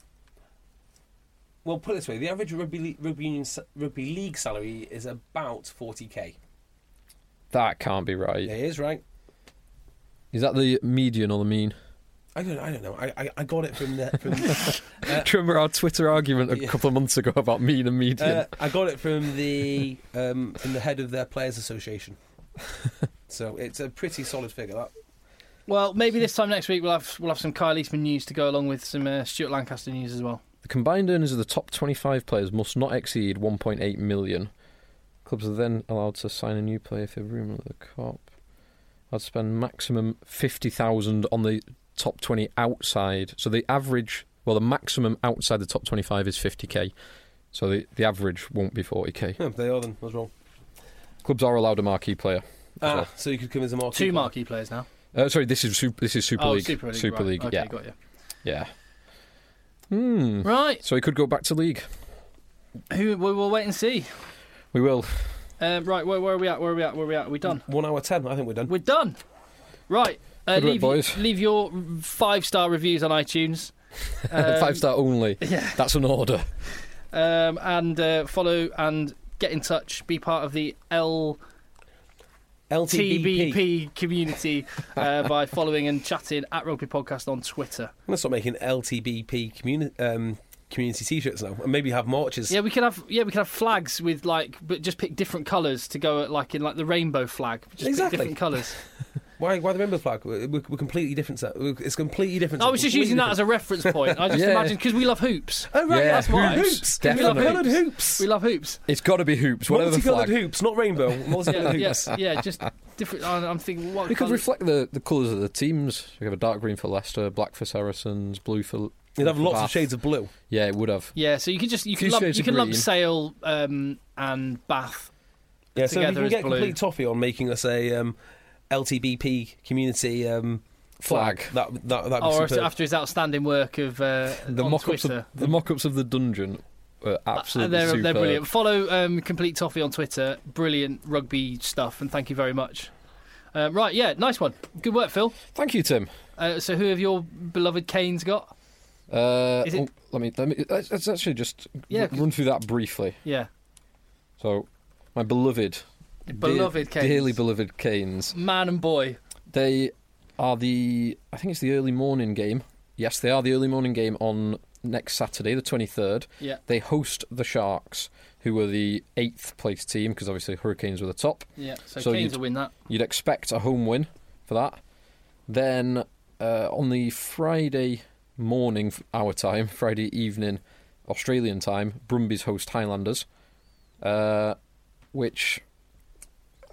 Well, put it this way: the average rugby le- rugby union sa- rugby league salary is about forty k. That can't be right. It is right. Is that the median or the mean? I don't. I don't know. I, I, I got it from the. From, Do you remember our Twitter argument a Uh, Yeah. couple of months ago about mean and median? uh, I got it from the um, from the head of their players association. So it's a pretty solid figure. That Well, maybe this time next week we'll have we'll have some Kyle Eastman news to go along with some uh, Stuart Lancaster news as well. The combined earnings of the top 25 players must not exceed 1.8 million. Clubs are then allowed to sign a new player if they rumour the cop. I'd spend maximum 50,000 on the top 20 outside. So the average, well, the maximum outside the top 25 is 50k. So the, the average won't be 40k. yeah, they Hmm, are then. I was wrong. Clubs are allowed a marquee player. Ah, well. so you could come as a marquee. Two player. marquee players now. Uh, sorry, this is Super, this is Super oh, League. Super League. right. Okay, yeah, got you. yeah. Hmm. Right. So he could go back to league. Who? We, we'll wait and see. We will. Uh, right. Where, where are we at? Where are we at? Where are we at? Are we done? One hour ten. I think we're done. We're done. Right. Uh, Good work, leave, boys. leave your five star reviews on iTunes. Um, Five star only. Yeah. That's an order. Um, and uh, follow and get in touch. Be part of the L. LTBP. TBP community uh, by following and chatting at Rugby Podcast on Twitter. I'm gonna start making LTBP communi- um, community T-shirts now, and maybe have marches. Yeah, we could have yeah we could have flags with like, but just pick different colours to go at, like in like the rainbow flag. Just pick Exactly. different colours. Why? Why the rainbow flag? We're, we're we're completely different. Set. We're- It's completely different. I was just using that as a reference point. I just Yeah. imagined because we love hoops. Oh right, Yeah, that's why. hoops, We love definitely. coloured hoops. We love hoops. It's got to be hoops, whatever the Multicoloured flag. hoops, not rainbow. Yeah, Multicoloured yeah, hoops. yeah, just different. I- I'm thinking what We could colour- reflect the, the colours of the teams. We have a dark green for Leicester, black for Saracens, blue for. You'd have for lots Bath. of shades of blue. Yeah, it would have. Yeah, so you could just you Few can lump, shades you of can lump green. Sale um, and Bath. Yeah, so if you Together can as get blue. complete toffee on making us a um, LTBP community um, flag. Flag. That that that'd be Or superb. after his outstanding work of uh, The on mock ups Twitter. Uh, of, the mock-ups of the dungeon were absolutely they're, superb. they're brilliant. Follow um, Complete Toffee on Twitter. Brilliant rugby stuff, and thank you very much. Uh, right, yeah, nice one. Good work, Phil. Thank you, Tim. Uh, so, who have your beloved Canes got? Uh, Is it- oh, let me let me. Let's, let's actually just Yeah, r- run through that briefly. Yeah, So, my beloved, beloved dear- Canes, dearly beloved Canes. man and boy. They are the. I think it's the early morning game. Yes, they are the early morning game on next Saturday, the twenty third. Yeah, They host the Sharks, who were the eighth place team because obviously Hurricanes were the top. yeah. So, So Canes you'd- will win that. You'd expect a home win for that. Then uh, on the Friday morning, f- our time, Friday evening, Australian time, Brumbies host Highlanders, uh, which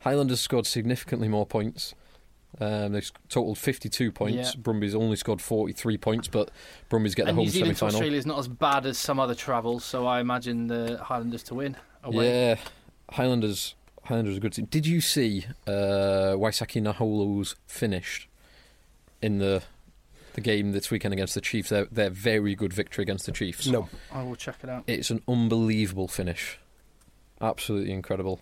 Highlanders scored significantly more points. Um, they've totaled 52 points. Yeah. Brumbies only scored 43 points, but Brumbies get the and home New Zealand semi to final. Australia is not as bad as some other travels, so I imagine the Highlanders to win away. Yeah, Highlanders. Highlanders are a good team. Did you see uh, Waisaki Naholu's finished in the the game this weekend against the Chiefs? Their, their very good victory against the Chiefs. No. I will check it out. It's an unbelievable finish. Absolutely incredible.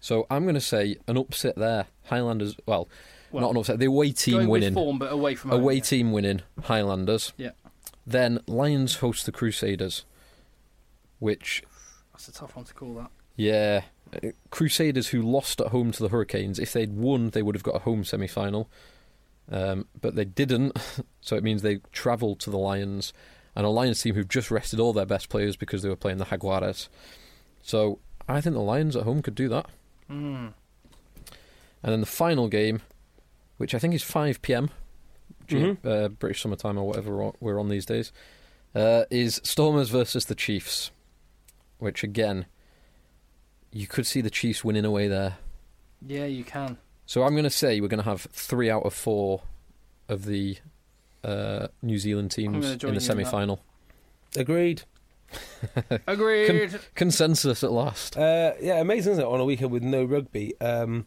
So I'm going to say an upset there. Highlanders, well, Well, not an upset. The away Going team with winning. form, but away from home, away yeah. team winning. Highlanders. Yeah, Then Lions host the Crusaders, which, that's a tough one to call that. yeah, uh, Crusaders who lost at home to the Hurricanes. If they'd won, they would have got a home semi final. Um, but they didn't, so it means they travelled to the Lions, and a Lions team who've just rested all their best players because they were playing the Jaguares. So I think the Lions at home could do that. Hmm. And then the final game, which I think is 5 p.m. G- Mm-hmm. uh, British summertime or whatever we're on- we're on these days, uh, is Stormers versus the Chiefs, which again, you could see the Chiefs winning away there. Yeah, you can. So I'm going to say we're going to have three out of four of the uh, New Zealand teams gonna join in the you in that. semi-final. Agreed. Agreed. Con- consensus at last. Uh, yeah, amazing, isn't it? On a weekend with no rugby. Um,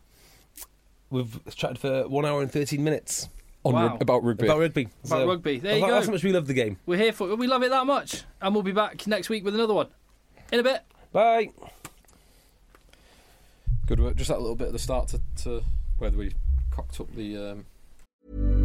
we've chatted for one hour and 13 minutes On wow. rug- about rugby. about rugby. About rugby. There you that- go. That's how much we love the game. We're here for we love it that much, and we'll be back next week with another one. In a bit. Bye. Good work. Just that little bit at the start to, to whether we cocked up the. Um,